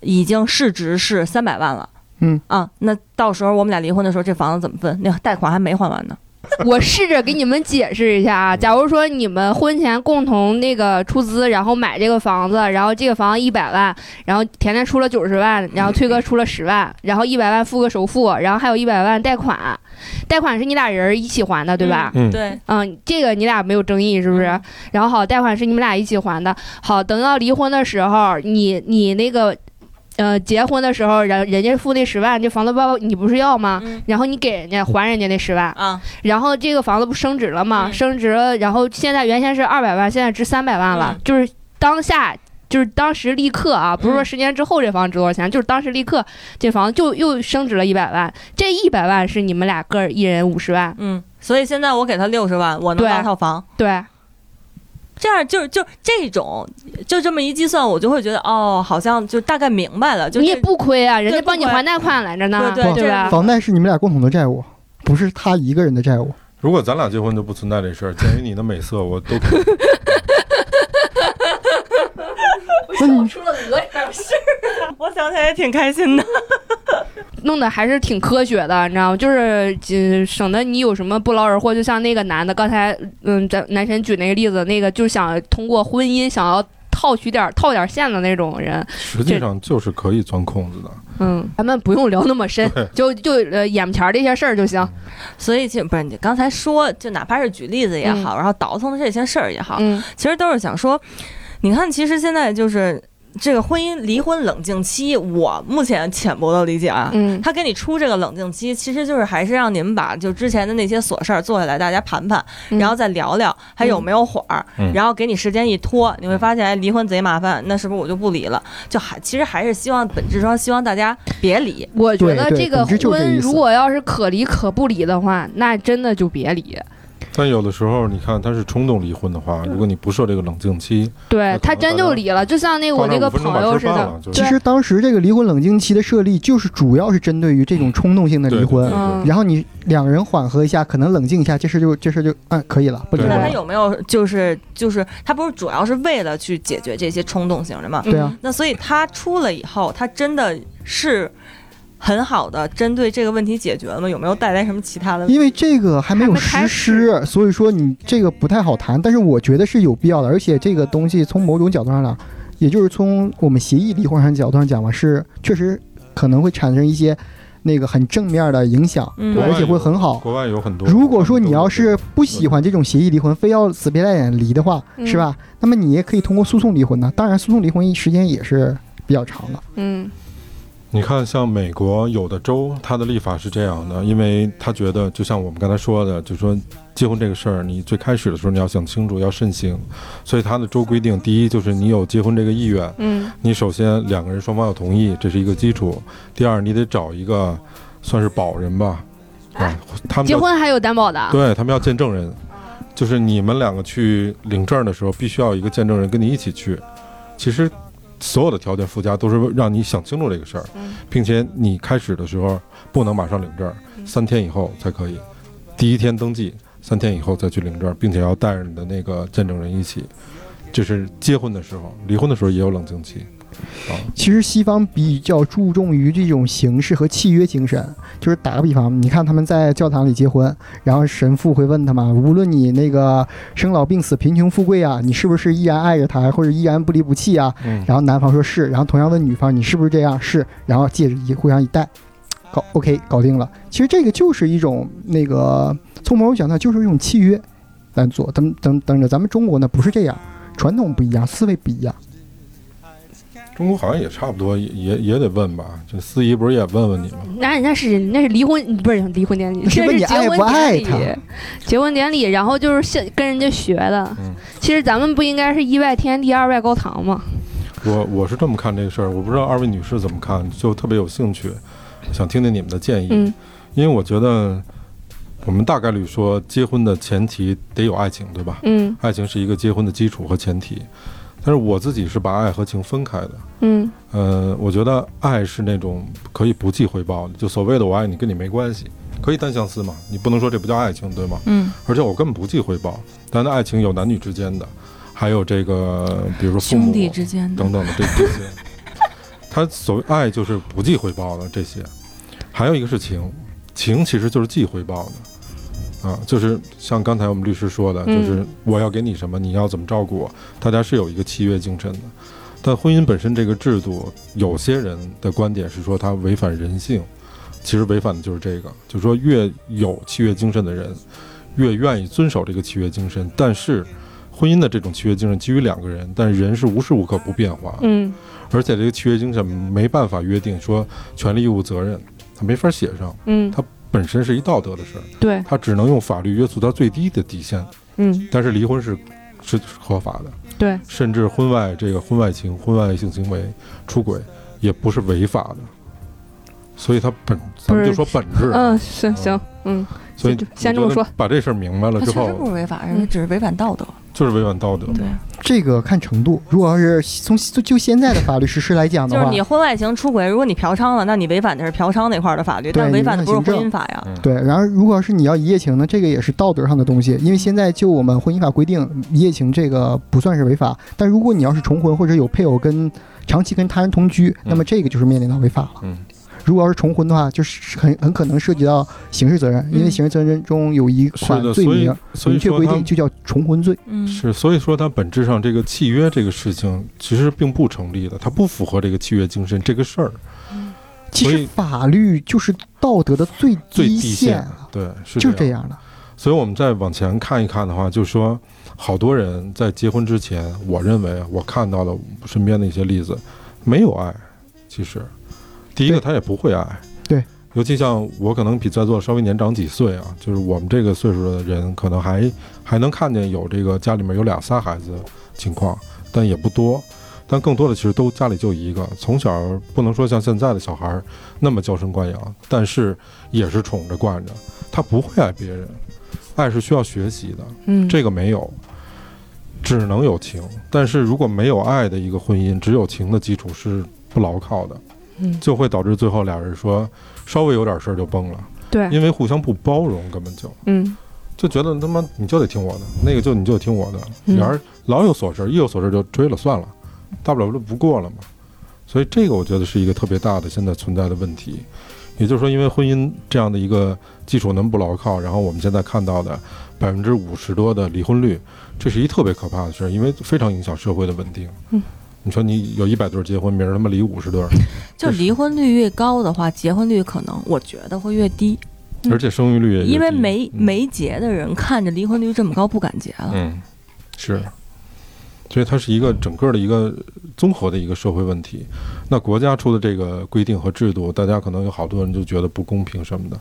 S2: 已经市值是三百万了。
S4: 嗯
S2: 啊，那到时候我们俩离婚的时候，这房子怎么分？那贷款还没还完呢。
S1: 我试着给你们解释一下啊，假如说你们婚前共同那个出资，然后买这个房子，然后这个房子一百万，然后甜甜出了九十万，然后崔哥出了十万，然后一百万付个首付，然后还有一百万贷款，贷款是你俩人一起还的，对吧？
S3: 嗯
S2: 对，
S1: 嗯，这个你俩没有争议是不是
S2: 嗯？
S1: 然后好，贷款是你们俩一起还的。好，等到离婚的时候，你你那个，呃，结婚的时候，人人家付那十万，这房子包你不是要吗？
S2: 嗯
S1: 然后你给人家还人家那十万，
S2: 啊，
S1: 然后这个房子不升值了吗？
S2: 嗯
S1: 升值了，然后现在原先是二百万，现在值三百万了，
S2: 嗯
S1: 就是当下。就是当时立刻啊，不是说十年之后这房子值多少钱，就是当时立刻这房子就又升值了一百万。这一百万是你们俩个儿一人五十万，
S2: 嗯，所以现在我给他六十万，我能
S1: 对
S2: 拿套房。
S1: 对，
S2: 这样就是就这种，就这么一计算，我就会觉得哦，好像就大概明白了。就
S1: 你
S2: 这
S1: 也不亏啊，人家
S2: 对不
S1: 帮你
S2: 亏
S1: 还贷款来着呢，
S2: 对对
S4: 这
S1: 吧？
S4: 房贷是你们俩共同的债务，不是他一个人的债务。
S3: 如果咱俩结婚就不存在这事儿，鉴于你的美色，我都可 以。
S4: 那你
S1: 出了鹅点事，
S2: 我想起来也挺开心的。
S1: 弄得还是挺科学的，你知道吗？就是呃省得你有什么不劳而获。就像那个男的，刚才嗯，咱男神举那个例子，那个就是想通过婚姻想要套取点套点线的那种人，
S3: 实际上就是可以钻空子的。
S1: 嗯，咱们不用聊那么深，就就呃眼前儿这些事儿就行，
S2: 所以就不是你刚才说，就哪怕是举例子也好，然后倒腾的这些事儿也好，
S1: 嗯
S2: 其实都是想说，你看，其实现在就是这个婚姻离婚冷静期，我目前浅薄的理解啊。
S1: 嗯，
S2: 他给你出这个冷静期，其实就是还是让你们把就之前的那些琐事儿坐下来，大家盘盘，
S1: 嗯
S2: 然后再聊聊还有没有火儿，
S3: 嗯
S2: 然后给你时间一拖，你会发现哎离婚贼麻烦，那是不是我就不离了？就还其实还是希望本质上希望大家别离，
S1: 我觉得
S4: 对对
S1: 这个
S4: 本质就是这
S1: 婚
S4: 意思
S1: 如果要是可离可不离的话，那真的就别离。
S3: 但有的时候，你看他是冲动离婚的话，如果你不设这个冷静期，
S1: 对
S3: 那可
S1: 他
S3: 能
S1: 真
S3: 大
S1: 就
S3: 家
S1: 离了，就像那个我
S3: 放那
S1: 那个
S3: 5分钟
S1: 朋
S3: 把
S1: 友
S3: 事
S1: 似
S3: 儿办
S1: 的
S3: 了，就是
S4: 其
S1: 对
S4: 实当时这个离婚冷静期的设立，就是主要是针对于这种冲动性的离婚
S3: 对。
S1: 嗯，
S4: 然后你两个人缓和一下，可能冷静一下，这事就这事就嗯可以了，不离
S3: 对
S4: 婚
S2: 那他
S4: 了。
S2: 有没有就是就是他不是主要是为了去解决这些冲动型的
S3: 嗯
S2: 嘛？
S4: 对啊
S2: 那所以他出了以后，他真的是很好的针对这个问题解决了吗？有没有带来什么其他的？
S4: 因为这个还没有实施，所以说你这个不太好谈。但是我觉得是有必要的，而且这个东西从某种角度上讲，也就是从我们协议离婚上角度上讲吧，是确实可能会产生一些那个很正面的影响，
S2: 嗯
S4: 对而且会很好。
S3: 国外有很多。
S4: 如果说你要是不喜欢这种协议离婚，非要死皮赖脸离的话，
S1: 嗯
S4: 是吧？那么你也可以通过诉讼离婚呢。当然，诉讼离婚时间也是比较长的。
S1: 嗯
S3: 你看，像美国有的州，它的立法是这样的，因为他觉得，就像我们刚才说的，就说结婚这个事儿，你最开始的时候你要想清楚，要慎行，所以他的州规定，第一就是你有结婚这个意愿，
S1: 嗯
S3: 你首先两个人双方要同意，这是一个基础；第二，你得找一个算是保人吧，啊，
S1: 嗯，
S3: 他们
S1: 结
S3: 叫
S1: 婚还有担保的啊，
S3: 对他们要见证人，就是你们两个去领证的时候，必须要有一个见证人跟你一起去。其实所有的条件附加都是为让你想清楚这个事儿
S1: 嗯，
S3: 并且你开始的时候不能马上领证，
S1: 嗯
S3: 三天以后才可以。第一天登记，三天以后再去领证，并且要带着你的那个见证人一起。这是结婚的时候，离婚的时候也有冷静期。
S4: 其实西方比较注重于这种形式和契约精神，就是打个比方，你看他们在教堂里结婚，然后神父会问他嘛，无论你那个生老病死、贫穷富贵啊，你是不是依然爱着他，或者依然不离不弃啊？
S3: 嗯，
S4: 然后男方说是，然后同样问女方你是不是这样？是，然后戒指一互相一戴，搞 OK 搞定了。其实这个就是一种那个，从某种角度上就是一种契约来做。等等等着，咱们中国呢不是这样，传统不一样，思维不一样。
S3: 中国好像也差不多，也也也得问吧。这司仪不是也问问你吗？
S1: 那人家是人家是离婚，不是离婚典礼，
S4: 是
S1: 这
S4: 问
S1: 是
S4: 你
S1: 结
S4: 爱
S1: 婚
S4: 不爱
S1: 典
S4: 他
S1: 礼， 结婚典礼，然后就是现跟人家学的。
S3: 嗯
S1: 其实咱们不应该是一外天地，二外高堂吗？
S3: 我我是这么看这个事儿，我不知道二位女士怎么看，就特别有兴趣，想听听你们的建议。
S1: 嗯
S3: 因为我觉得我们大概率说，结婚的前提得有爱情，对吧？
S1: 嗯
S3: 爱情是一个结婚的基础和前提，但是我自己是把爱和情分开的。
S1: 嗯
S3: 呃，我觉得爱是那种可以不计回报的，就所谓的我爱你，跟你没关系，可以单相思嘛，你不能说这不叫爱情，对吗？
S2: 嗯，
S3: 而且我根本不计回报，但是爱情有男女之间的，还有这个比如说父母
S2: 兄弟之间的
S3: 等等的这这些，他所谓爱就是不计回报的这些，还有一个是情，情其实就是计回报的，啊，就是像刚才我们律师说的，
S1: 嗯
S3: 就是我要给你什么，你要怎么照顾我，大家是有一个契约精神的。但婚姻本身这个制度，有些人的观点是说它违反人性，其实违反的就是这个，就是说越有契约精神的人，越愿意遵守这个契约精神。但是，婚姻的这种契约精神基于两个人，但人是无时无刻不变化的，
S1: 嗯
S3: 而且这个契约精神没办法约定说权利义务责任，它没法写上，
S1: 嗯，
S3: 本身是一道德的事儿，
S1: 对，
S3: 它只能用法律约束它最低的底线。
S1: 嗯
S3: 但是离婚是是合法的，
S1: 对，
S3: 甚至婚外这个婚外情、婚外性行为、出轨也不是违法的，所以它本咱们就说本质啊，
S1: 嗯是行，嗯
S3: 所以
S1: 就先这么
S3: 我觉得
S1: 说
S3: 把这事儿明白了
S2: 他
S3: 之
S2: 确实不
S3: 后，
S2: 是违法，
S1: 嗯
S2: 人只是违反道德。
S3: 就是违反道德。
S2: 对，
S4: 这个看程度。如果要是从就就现在的法律实施来讲
S2: 就
S4: 的
S2: 是
S4: 话
S2: 你，婚外情出轨，如果你嫖娼了，那你违反的是嫖娼那块儿的法律，
S4: 对
S2: 但违反的不是
S4: 你违
S2: 婚姻
S4: 反
S2: 法呀。
S4: 对，然后如果要是你要一夜情呢，这个也是道德上的东西，因为现在就我们婚姻法规定，一夜情这个不算是违法，但如果你要是重婚或者有配偶跟长期跟他人同居，那么这个就是面临到违法了。
S3: 嗯
S4: 如果要是重婚的话，就是很很可能涉及到刑事责任，因为
S1: 嗯
S4: 刑事责任中有一
S3: 是
S4: 款
S3: 的，
S4: 罪
S3: 所以
S4: 名
S3: 所以
S4: 明确
S3: 说
S4: 规
S3: 它
S4: 定，就叫重婚罪。
S2: 嗯，
S3: 是，所以说它本质上这个契约这个事情其实并不成立的，它不符合这个契约精神这个事儿
S4: 其
S3: 所
S4: 实
S3: 以
S4: 法律就是道德的最
S3: 最
S4: 低
S3: 底
S4: 线
S3: 线
S4: 了，，
S3: 对，是
S4: 就是
S3: 这
S4: 这
S3: 样。
S4: 样的。
S3: 所以我们再往前看一看的话，就是说，好多人在结婚之前，我认为我看到了身边的一些例子，没有爱。其实，第一个
S4: 对
S3: 他也不会爱，
S4: 对。
S3: 尤其像我可能比在座稍微年长几岁啊，就是我们这个岁数的人，可能还还能看见有这个家里面有俩仨孩子的情况，但也不多。但更多的其实都家里就一个，从小不能说像现在的小孩儿那么娇生惯养，但是也是宠着惯着，他不会爱别人。爱是需要学习的，
S1: 嗯
S3: 这个没有，只能有情。但是如果没有爱的一个婚姻，只有情的基础是不牢靠的，
S1: 嗯
S3: 就会导致最后俩人说稍微有点事儿就崩了，
S1: 对
S3: 因为互相不包容，根本就
S1: 嗯
S3: 就觉得他妈你就得听我的，那个就你就得听我的，
S1: 嗯
S3: 俩人老有琐事，一有琐事就追了算了，大不了就不过了嘛。所以这个我觉得是一个特别大的现在存在的问题，也就是说，因为婚姻这样的一个基础能不牢靠，然后我们现在看到的百分之五十多的离婚率，这是一特别可怕的事儿，因为非常影响社会的稳定。
S1: 嗯，
S3: 你说你有一百对儿结婚，明儿他妈离五十对儿，
S2: 就离婚率越高的话，结婚率可能我觉得会越低，嗯
S3: 而且生育率也越低
S2: 因为没
S3: 嗯
S2: 没结的人看着离婚率这么高不敢结了。
S3: 嗯，是，所以它是一个整个的一个综合的一个社会问题。那国家出的这个规定和制度，大家可能有好多人就觉得不公平什么的。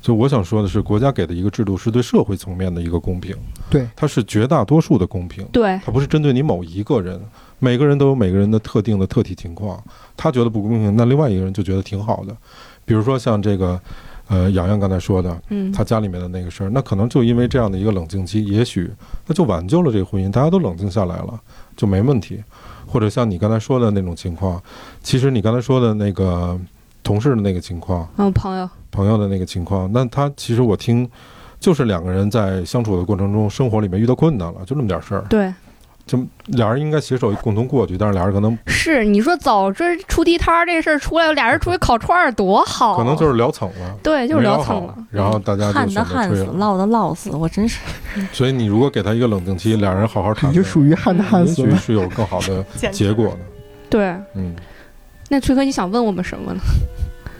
S3: 就我想说的是，国家给的一个制度是对社会层面的一个公平，
S4: 对，
S3: 它是绝大多数的公平，
S1: 对
S3: 它不是针对你某一个人。每个人都有每个人的特定的特体情况，他觉得不公平，那另外一个人就觉得挺好的。比如说像这个，呃，洋洋刚才说的，
S1: 嗯
S3: 他家里面的那个事儿，那可能就因为这样的一个冷静期，也许那就挽救了这个婚姻，大家都冷静下来了，就没问题。或者像你刚才说的那种情况，其实你刚才说的那个同事的那个情况，
S1: 嗯朋友
S3: 朋友的那个情况，那他其实我听就是两个人在相处的过程中，生活里面遇到困难了，就那么点事儿，
S1: 对
S3: 就俩人应该携手共同过去，但是俩人可能
S1: 是你说早知出地摊儿这事儿出来，俩人出去烤串儿多好，
S3: 可能就是聊蹭了。
S1: 对，就是
S3: 没聊
S1: 聊蹭
S3: 好
S1: 了，
S3: 然后大家
S2: 旱的
S3: 就选择
S2: 旱
S3: 吹
S2: 死，
S3: 了。
S2: 涝的涝死，我真是
S3: 所以你如果给他一个冷静期，俩人好好谈
S4: 你就
S3: 谈，
S4: 属于旱的旱死
S3: 也许
S4: 了。
S3: 是有更好的 结果的。
S1: 对。
S3: 嗯，
S1: 那崔哥，你想问我们什么呢？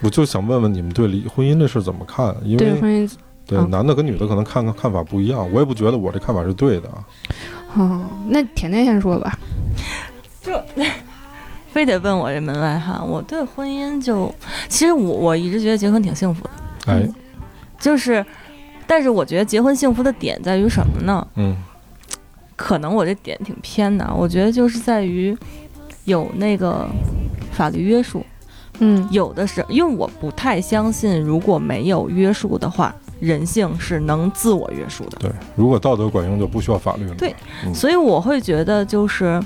S3: 我就想问问你们对离婚姻这事儿怎么看？因
S1: 对
S3: 为
S1: 婚姻
S3: 对
S1: 啊
S3: 男的跟女的可能看看法不一样，我也不觉得我这看法是对的啊。
S1: 哦，那甜甜先说吧。
S2: 非得问我这门外汉，我对婚姻就，其实我我一直觉得结婚挺幸福的，
S3: 哎，
S2: 就是，但是我觉得结婚幸福的点在于什么呢？
S3: 嗯，
S2: 可能我这点挺偏的，我觉得就是在于有那个法律约束，
S1: 嗯
S2: 有的是因为我不太相信，如果没有约束的话，人性是能自我约束的。
S3: 对，如果道德管用就不需要法律了。
S2: 对
S3: 嗯
S2: 所以我会觉得就是。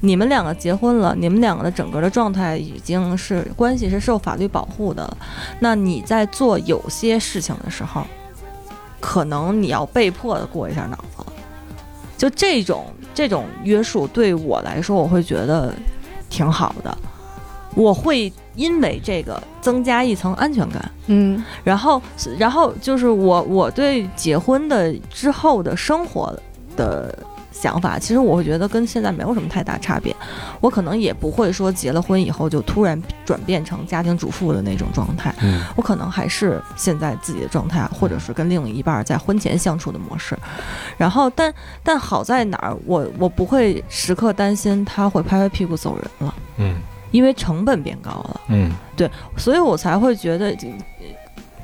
S2: 你们两个结婚了，你们两个的整个的状态已经是关系是受法律保护的了。那你在做有些事情的时候，可能你要被迫的过一下脑子了。就这种这种约束对我来说，我会觉得挺好的。我会因为这个增加一层安全感。
S1: 嗯
S2: 然后，然后就是我我对结婚的之后的生活的想法，其实我会觉得跟现在没有什么太大差别。我可能也不会说结了婚以后就突然转变成家庭主妇的那种状态，
S3: 嗯，
S2: 我可能还是现在自己的状态，或者是跟另一半在婚前相处的模式。然后，但但好在哪儿，我我不会时刻担心他会拍拍屁股走人了，
S3: 嗯
S2: 因为成本变高了。
S3: 嗯
S2: 所以我才会觉得，呃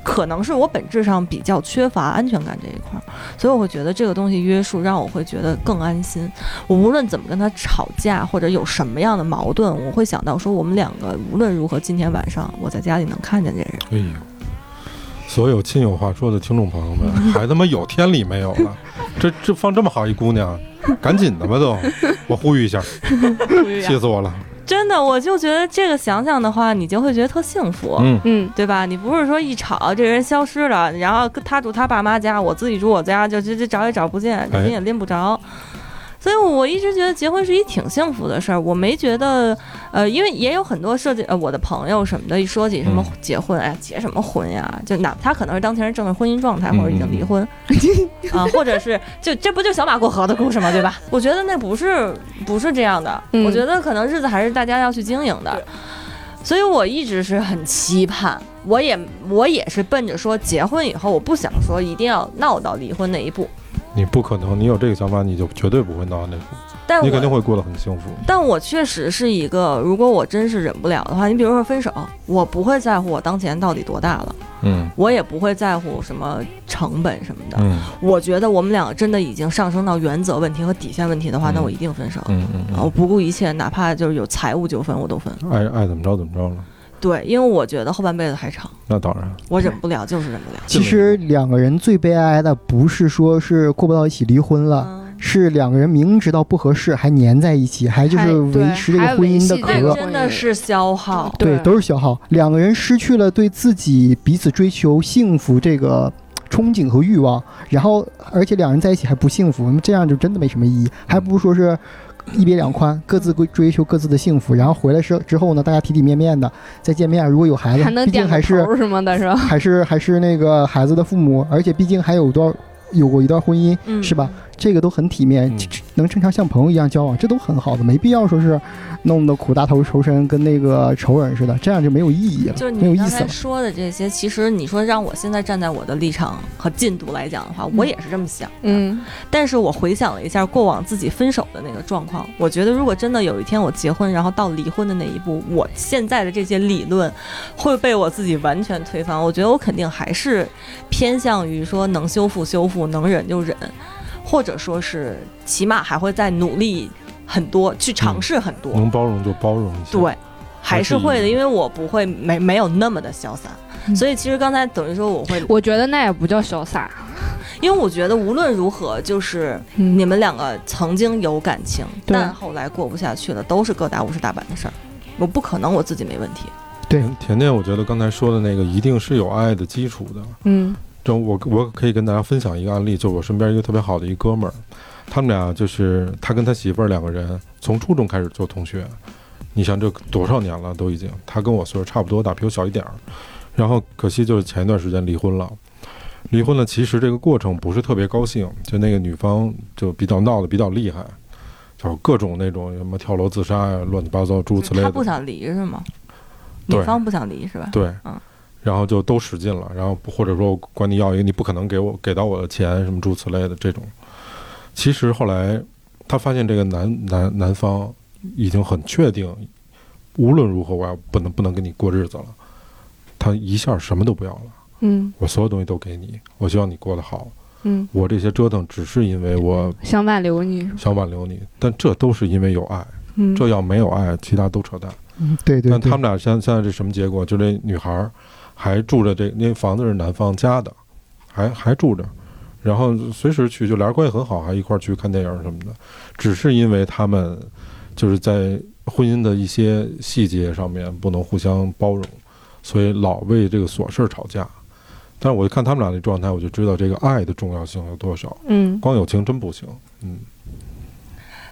S2: 可能是我本质上比较缺乏安全感这一块儿，所以我会觉得这个东西约束让我会觉得更安心。我无论怎么跟他吵架，或者有什么样的矛盾，我会想到说，我们两个无论如何，今天晚上我在家里能看见这人。
S3: 哎呦，所有亲友话说的听众朋友们，还他妈有天理没有了？这这放这么好一姑娘，赶紧的吧都！我呼吁一下，气死我了。
S2: 真的，我就觉得这个想想的话，你就会觉得特幸福。
S3: 嗯，
S1: 嗯
S2: 对吧？你不是说一吵这人消失了，然后他住他爸妈家，我自己住我家，就这这找也找不见，
S3: 哎
S2: 拎也拎不着。所以我一直觉得结婚是一挺幸福的事儿，我没觉得，呃，因为也有很多设计，呃，我的朋友什么的，一说起什么
S3: 嗯
S2: 结婚，哎呀，结什么婚呀？就哪他可能是当前是正在婚姻状态，
S3: 嗯
S2: 或者已经离 婚，啊、或者是就这不就小马过河的故事吗？对吧？我觉得那不是不是这样的，
S1: 嗯
S2: 我觉得可能日子还是大家要去经营的，所以我一直是很期盼，我也我也是奔着说结婚以后，我不想说一定要闹到离婚那一步，
S3: 你不可能，你有这个想法，你就绝对不会闹那步，
S2: 但
S3: 你肯定
S2: 我
S3: 会过得很幸福。
S2: 但我确实是一个，如果我真是忍不了的话，你比如说分手，我不会在乎我当前到底多大了，
S3: 嗯
S2: 我也不会在乎什么成本什么的，
S3: 嗯
S2: 我觉得我们两个真的已经上升到原则问题和底线问题的话，
S3: 嗯
S2: 那我一定分手。
S3: 嗯嗯
S2: 啊，我
S3: 嗯，
S2: 不顾一切，哪怕就是有财务纠纷，我都分。
S3: 爱爱怎么着怎么着了，
S2: 对，因为我觉得后半辈子还长，
S3: 那当然。
S2: 我忍不了就是忍不了。
S4: 其实两个人最悲哀的不是说是过不到一起离婚了，
S2: 嗯，
S4: 是两个人明知道不合适还粘在一起，还就是
S1: 还对
S4: 维持这个婚姻的
S1: 还维系这
S4: 壳
S1: 个。
S2: 真的是消耗。
S1: 对
S4: 对，都是消耗。两个人失去了对自己彼此追求幸福这个憧憬和欲望，然后而且两人在一起还不幸福，那么这样就真的没什么意义，还不如说是。一别两宽，各自归追求各自的幸福，然后回来之之后呢，大家体体面面的再见面。如果有孩
S1: 还
S4: 子，
S1: 能
S4: 毕
S1: 点
S4: 竟
S1: 个
S4: 还是
S1: 头什么的是吧？
S4: 还是还是那个孩子的父母，而且毕竟还有一段有过一段婚姻，
S2: 嗯，
S4: 是吧？这个都很体面
S3: 嗯，
S4: 能正常像朋友一样交往，这都很好的，没必要说是弄得苦大仇仇深，跟那个仇人似的，这样就没有意义了，
S2: 就是
S4: 没有
S2: 你
S4: 意
S2: 刚
S4: 思
S2: 才
S4: 了。
S2: 说的这些，其实你说让我现在站在我的立场和进度来讲的话，我也是这么想。，
S1: 嗯
S2: 但是我回想了一下过往自己分手的那个状况，我觉得如果真的有一天我结婚，然后到离婚的那一步，我现在的这些理论会被我自己完全推翻。我觉得我肯定还是偏向于说能修复修复，能忍就忍，或者说是起码还会再努力很多，去尝试很多。
S3: 能包容就包容一下。，
S2: 对，嗯还是会
S3: 还
S2: 的，
S3: 是
S2: 因为我不会没没有那么的潇洒。
S1: 嗯
S2: 所以其实刚才等于说我会，
S1: 我觉得那也不叫潇洒。
S2: 因为我觉得无论如何，就是
S1: 嗯
S2: 你们两个曾经有感情，
S1: 对
S2: 但后来过不下去了，都是各打五十大板的事儿。我不可能我自己没问题，
S3: 甜甜甜，我觉得刚才说的那个一定是有爱的基础的。
S1: 嗯
S3: 这我我可以跟大家分享一个案例，就是我身边一个特别好的一哥们儿，他们俩就是他跟他媳妇儿两个人从初中开始就同学，你想这多少年了都已经，他跟我岁数差不多大，比我小一点儿，然后可惜就是前一段时间离婚了。离婚了，其实这个过程不是特别高兴，就那个女方就比较闹得比较厉害，就各种那种什么跳楼自杀呀、乱七八糟诸如此类
S2: 他
S3: 的。
S2: 不想离是吗？
S3: 对
S2: 女方不想离是吧？
S3: 对，
S2: 嗯
S3: 然后就都使劲了，然后或者说我管你要一个你不可能给我给到我的钱什么诸此类的这种。其实后来他发现这个男男男方已经很确定无论如何我要不能不能跟你过日子了。他一下什么都不要了，
S1: 嗯
S3: 我所有东西都给你，我希望你过得好。
S1: 嗯，
S3: 我这些折腾只是因为我
S1: 想挽留你，
S3: 想挽留你，但这都是因为有爱。
S1: 嗯，
S3: 这要没有爱，其他都扯淡。
S4: 嗯，对对
S3: 但他
S4: 对
S3: 们，俩现现在这什么结果？就这女孩儿还住着这那房子是男方家的，还还住着，然后随时去，就俩人关系很好，还一块儿去看电影什么的。只是因为他们就是在婚姻的一些细节上面不能互相包容，所以老为这个琐事儿吵架。但是我就看他们俩的状态，我就知道这个爱的重要性有多少。
S1: 嗯
S3: 光有情真不行，嗯，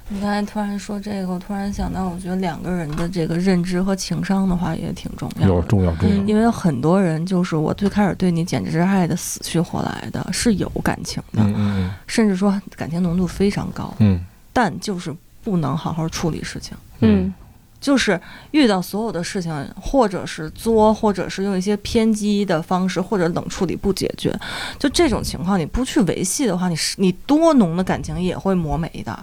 S2: 你刚才突然说这个，我突然想到，我觉得两个人的这个认知和情商的话也挺重要的。
S3: 有重要重要。
S2: 因为有很多人就是我最开始对你简直是爱的死去活来的，是有感情的，
S3: 嗯嗯
S2: 甚至说感情浓度非常高，
S3: 嗯
S2: 但就是不能好好处理事情，
S1: 嗯
S2: 就是遇到所有的事情，或者是作，或者是用一些偏激的方式，或者冷处理不解决，就这种情况你不去维系的话，你是你多浓的感情也会磨没的。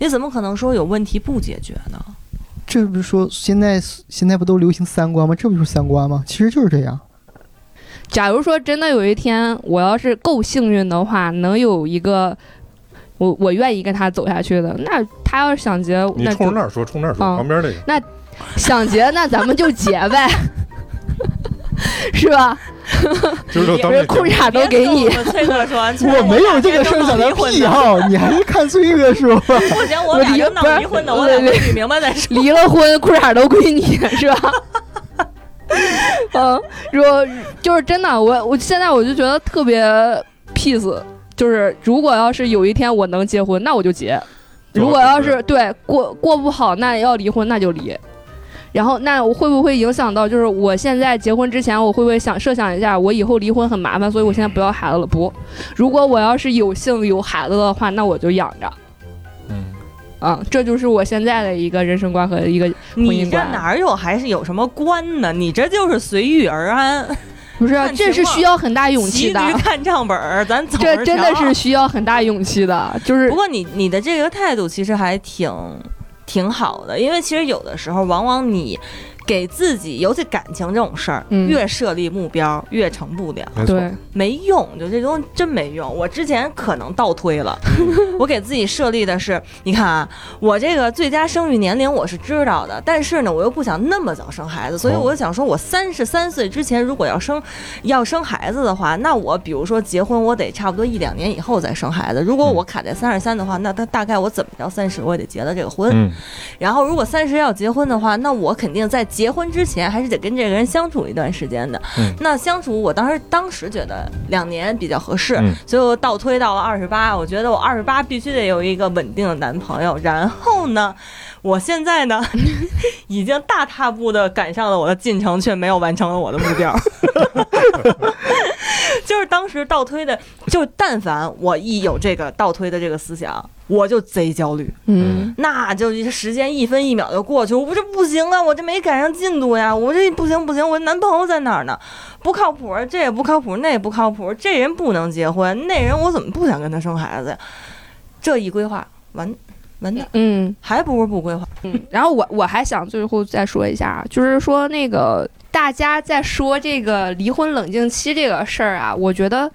S2: 你怎么可能说有问题不解决呢？
S4: 这不是说现在现在不都流行三观吗？这不就是三观吗？其实就是这样。
S1: 假如说真的有一天，我要是够幸运的话，能有一个我我愿意跟他走下去的，那他要是想结，
S3: 你
S1: 那就
S3: 冲着那儿说，冲那儿说，
S1: 嗯
S3: 旁边那个。
S1: 想结，那咱们就结呗， 是吧？
S3: 就是说咱
S1: 不
S3: 们
S1: 是啊裤衩
S3: 这节目
S1: 都给你，
S2: 我崔哥说，
S4: 我没有这个事儿，在那屁号，你还是看崔哥说吧。
S2: 不行，啊我
S1: 我
S2: 俩
S1: 离
S2: 就闹
S1: 不是
S2: 离婚的，
S1: 对
S2: 我俩
S1: 对
S2: 捋明白再 说。
S1: 离了婚，裤衩都归你，是吧？嗯，说就是真的，我我现在我就觉得特别 peace，就是如果要是有一天我能结婚，那我就结；
S3: 做好
S1: 如果要
S3: 准
S1: 是对过过不好，那要离婚那就离。然后，那我会不会影响到，就是我现在结婚之前，我会不会想设想一下，我以后离婚很麻烦，所以我现在不要孩子了？不，如果我要是有幸有孩子的话，那我就养着。
S3: 嗯，
S1: 啊，这就是我现在的一个人生观和一个 姻
S2: 你这
S1: 观
S2: 哪儿有还是有什么关呢？你这就是随遇而 安，
S1: 不是啊
S2: 看，情
S1: 这是需要很大勇气的
S2: 骑，驴看账本儿，咱走着
S1: 这真的
S2: 瞧
S1: 是。需要很大勇气的，就是
S2: 不过你你的这个态度其实还挺挺好的，因为其实有的时候往往你。给自己，尤其感情这种事儿，
S1: 嗯
S2: 越设立目标越成不了。
S3: 没错，
S1: 对，
S2: 没用，就这东西真没用。我之前可能倒推了， 我给自己设立的是，你看啊，我这个最佳生育年龄我是知道的，但是呢，我又不想那么早生孩子，所以
S3: 哦
S2: 我就想说，我三十三岁之前如果要生要生孩子的话，那我比如说结婚，我得差不多一两年以后再生孩子。如果我卡在三十三的话，那他大概我怎么着三十我也得结了这个婚。
S3: 嗯，
S2: 然后，如果三十要结婚的话，那我肯定在结婚之前还是得跟这个人相处一段时间的。
S3: 嗯
S2: 那相处，我当时当时觉得两年比较合适，
S3: 嗯
S2: 所以我倒推到了二十八。我觉得我二十八必须得有一个稳定的男朋友。然后呢，我现在 呢，已经大踏步的赶上了我的进程，却没有完成了我的目 标。就是当时倒推的，就但凡我一有这个倒推的这个思想，我就贼焦虑。
S1: 嗯
S2: 那就是时间一分一秒就过去，我这不行啊，我这没赶上进度呀，我这不行不行，我男朋友在哪儿呢？不靠谱，这也不靠谱，那也不靠谱，这人不能结婚，那人我怎么不想跟他生孩子呀？这一规划完完蛋，
S1: 嗯
S2: 还不如不规划。
S1: 嗯。然后我我还想最后再说一下，啊就是说那个大家在说这个离婚冷静期这个事儿啊，我觉得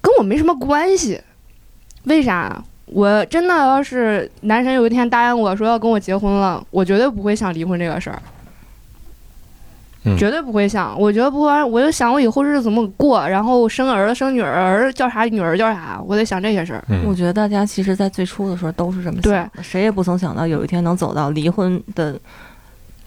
S1: 跟我没什么关系，为啥？我真的要是男神有一天答应我说要跟我结婚了，我绝对不会想离婚这个事儿，
S3: 嗯
S1: 绝对不会想。我觉得不管，我就想我以后日子怎么过，然后生儿子生女儿，儿子叫啥女儿叫啥，我得想这些事儿。
S3: 嗯
S2: 我觉得大家其实，在最初的时候都是这么想
S1: 对
S2: 的，谁也不曾想到有一天能走到离婚的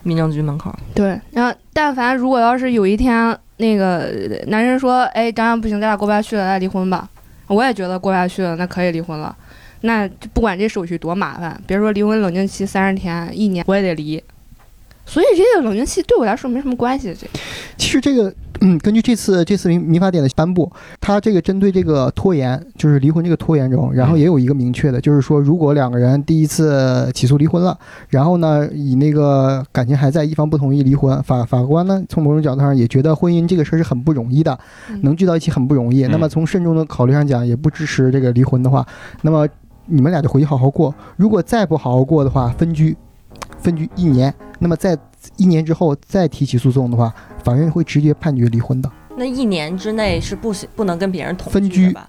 S2: 民政局门口。
S1: 对，然后但凡如果要是有一天那个男人说，哎，张扬不行，咱俩过不下去了，咱俩离婚吧，我也觉得过不下去了，那可以离婚了。那就不管这手续多麻烦，别说离婚冷静期三十天、一年，我也得离。所以这个冷静期对我来说没什么关系。这
S4: 其实这个，嗯，根据这次这次民民法典的颁布，它这个针对这个拖延，就是离婚这个拖延中，然后也有一个明确的，就是说，如果两个人第一次起诉离婚了，然后呢，以那个感情还在，一方不同意离婚，法法官呢，从某种角度上也觉得婚姻这个事儿是很不容易的，能聚到一起很不容易。
S3: 嗯
S4: 那么从慎重的考虑上讲，也不支持这个离婚的话，那么你们俩就回去好好过。如果再不好好过的话，分居。分居一年，那么在一年之后再提起诉讼的话，法院会直接判决离婚的。
S2: 那一年之内是不许不能跟别人同
S4: 分
S2: 居
S4: 居
S2: 的吧？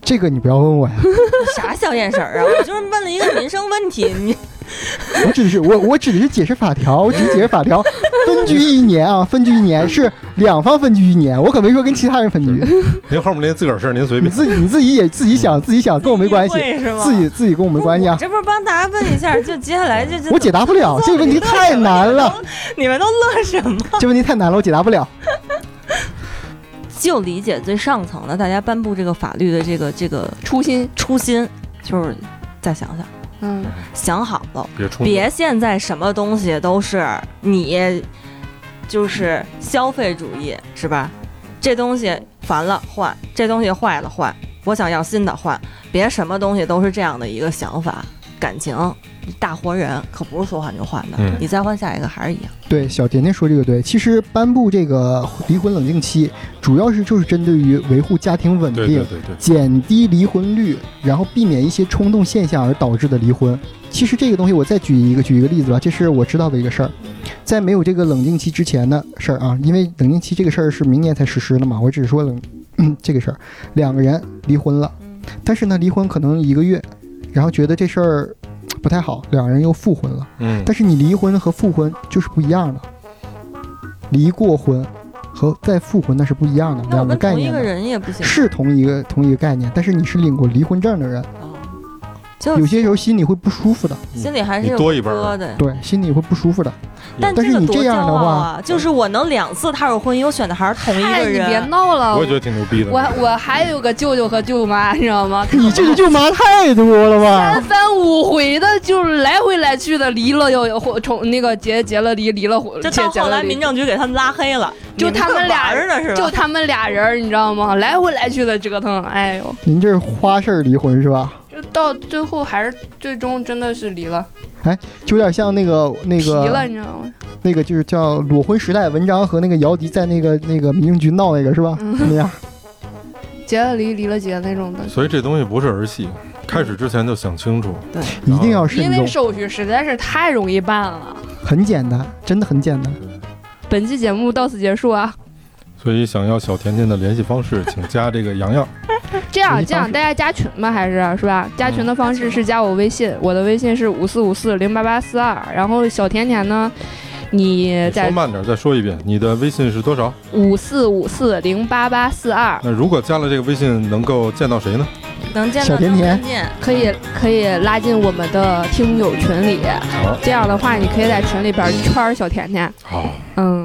S4: 这个你不要问我呀，
S2: 啥小眼神儿啊？我就是问了一个民生问题，你
S4: 我只是我我只是解释法条，我只是解释法条。 分居一年啊，分居一年是两方分居一年，我可没说跟其他人分居，
S3: 您后面那自个儿事儿您随
S4: 你
S3: 便。
S4: 自己你自己也自己想自己想，跟我没关系，
S2: 会是吗？
S4: 自己自己跟我没关系啊
S2: 我。这不是帮大家问一 下，就接下来就就
S4: 我解答不了这个问题太难了，，
S2: 你们都乐什么？
S4: 这问题太难了，我解答不了。
S2: 就理解最上层的，大家颁布这个法律的这个这个
S1: 初心，
S2: 初心，就是再想想，
S1: 嗯，
S2: 想好了，
S3: 别冲动，
S2: 别现在什么东西都是你，就是消费主义是吧？这东西烦了换，这东西坏了换，我想要新的换，别什么东西都是这样的一个想法。感情，大活人可不是说换就换的，
S3: 嗯
S2: 你再换下一个还是一样。
S4: 对，小甜甜说这个对，其实颁布这个离婚冷静期，主要是就是针对于维护家庭稳定。
S3: 对对对对，
S4: 减低离婚率，然后避免一些冲动现象而导致的离婚。其实这个东西，我再举一个举一个例子吧，这是我知道的一个事儿，在没有这个冷静期之前的事儿啊，因为冷静期这个事儿是明年才实施的嘛，我只是说冷、嗯这个事儿，两个人离婚了，但是呢，离婚可能一个月，然后觉得这事儿不太好，两人又复婚了。
S3: 嗯，
S4: 但是你离婚和复婚就是不一样的，离过婚和再复婚那是不一样的，
S2: 那我
S4: 两个
S2: 跟
S4: 概
S2: 同一
S4: 念
S2: 个
S4: 的。
S2: 人也不行。
S4: 是同一个同一个概念，但是你是领过离婚证的人，
S2: 哦就
S4: 有些时候心里会不舒服的，
S2: 心里还是
S3: 你
S2: 有
S3: 多一半儿
S2: 疙瘩。
S4: 对，心里会不舒服的。
S2: 但
S4: 但是
S2: 个
S4: 你
S2: 多
S4: 这
S2: 骄
S4: 样的
S2: 傲
S4: 话
S2: 啊，就是我能两次踏入婚姻，我选的还是同一
S1: 嗨，
S2: 个
S1: 你
S2: 人。
S1: 别闹了，
S3: 啊我也觉得挺牛逼的。
S1: 我我还有个舅舅和舅妈，你知道 吗？
S4: 你舅舅舅妈太多了吧
S1: 三？番五回的，就是来回来去的，离了又又重那个结结了离，离了婚，
S2: 就
S1: 结
S2: 到
S1: 结
S2: 后
S1: 了
S2: 来
S1: 离
S2: 民政局给他们拉黑了，
S1: 就
S2: 你
S1: 他们
S2: 这
S1: 俩
S2: 玩儿呢是吧？
S1: 就他们俩人儿，你知道 吗？来回来去的折腾，哎呦，
S4: 您这是花式离婚是吧？
S1: 就到最后还是最终真的是离了，
S4: 就有点像那个那
S1: 皮了，
S4: 个
S1: 你知道吗？
S4: 那个就是叫裸婚时代文章和那个姚笛在那个那个民政局闹那个是吧？
S1: 嗯
S4: 那样
S1: 结了离，离了结那种的，
S3: 所以这东西不是儿戏，开始之前就想清楚。
S4: 一定要
S1: 因
S4: 慎
S1: 为
S4: 重，
S1: 手续实在是太容易办了。
S4: 很简单，真的很简单。
S1: 本期节目到此结束啊！
S3: 所以想要小甜甜的联系方式，请加这个洋洋。
S1: 这样
S4: 联系
S1: 这
S4: 方
S1: 样，
S4: 式嗯
S1: 大家加群吧，还是是吧？加群的方式是加我微信，我的微信是五四五四零八八四二，然后小甜甜呢，你
S3: 你说
S1: 在
S3: 慢点，再说一遍，你的微信是多少？
S1: 五四五四零八八四二。
S3: 那如果加了这个微信，能够见到谁呢？
S2: 能见到
S4: 小甜
S2: 能
S4: 甜
S2: 见。
S1: 可以可以拉进我们的听友群里，
S3: 好，
S1: 这样的话，你可以在群里边圈儿小甜甜。
S3: 好，
S1: 嗯，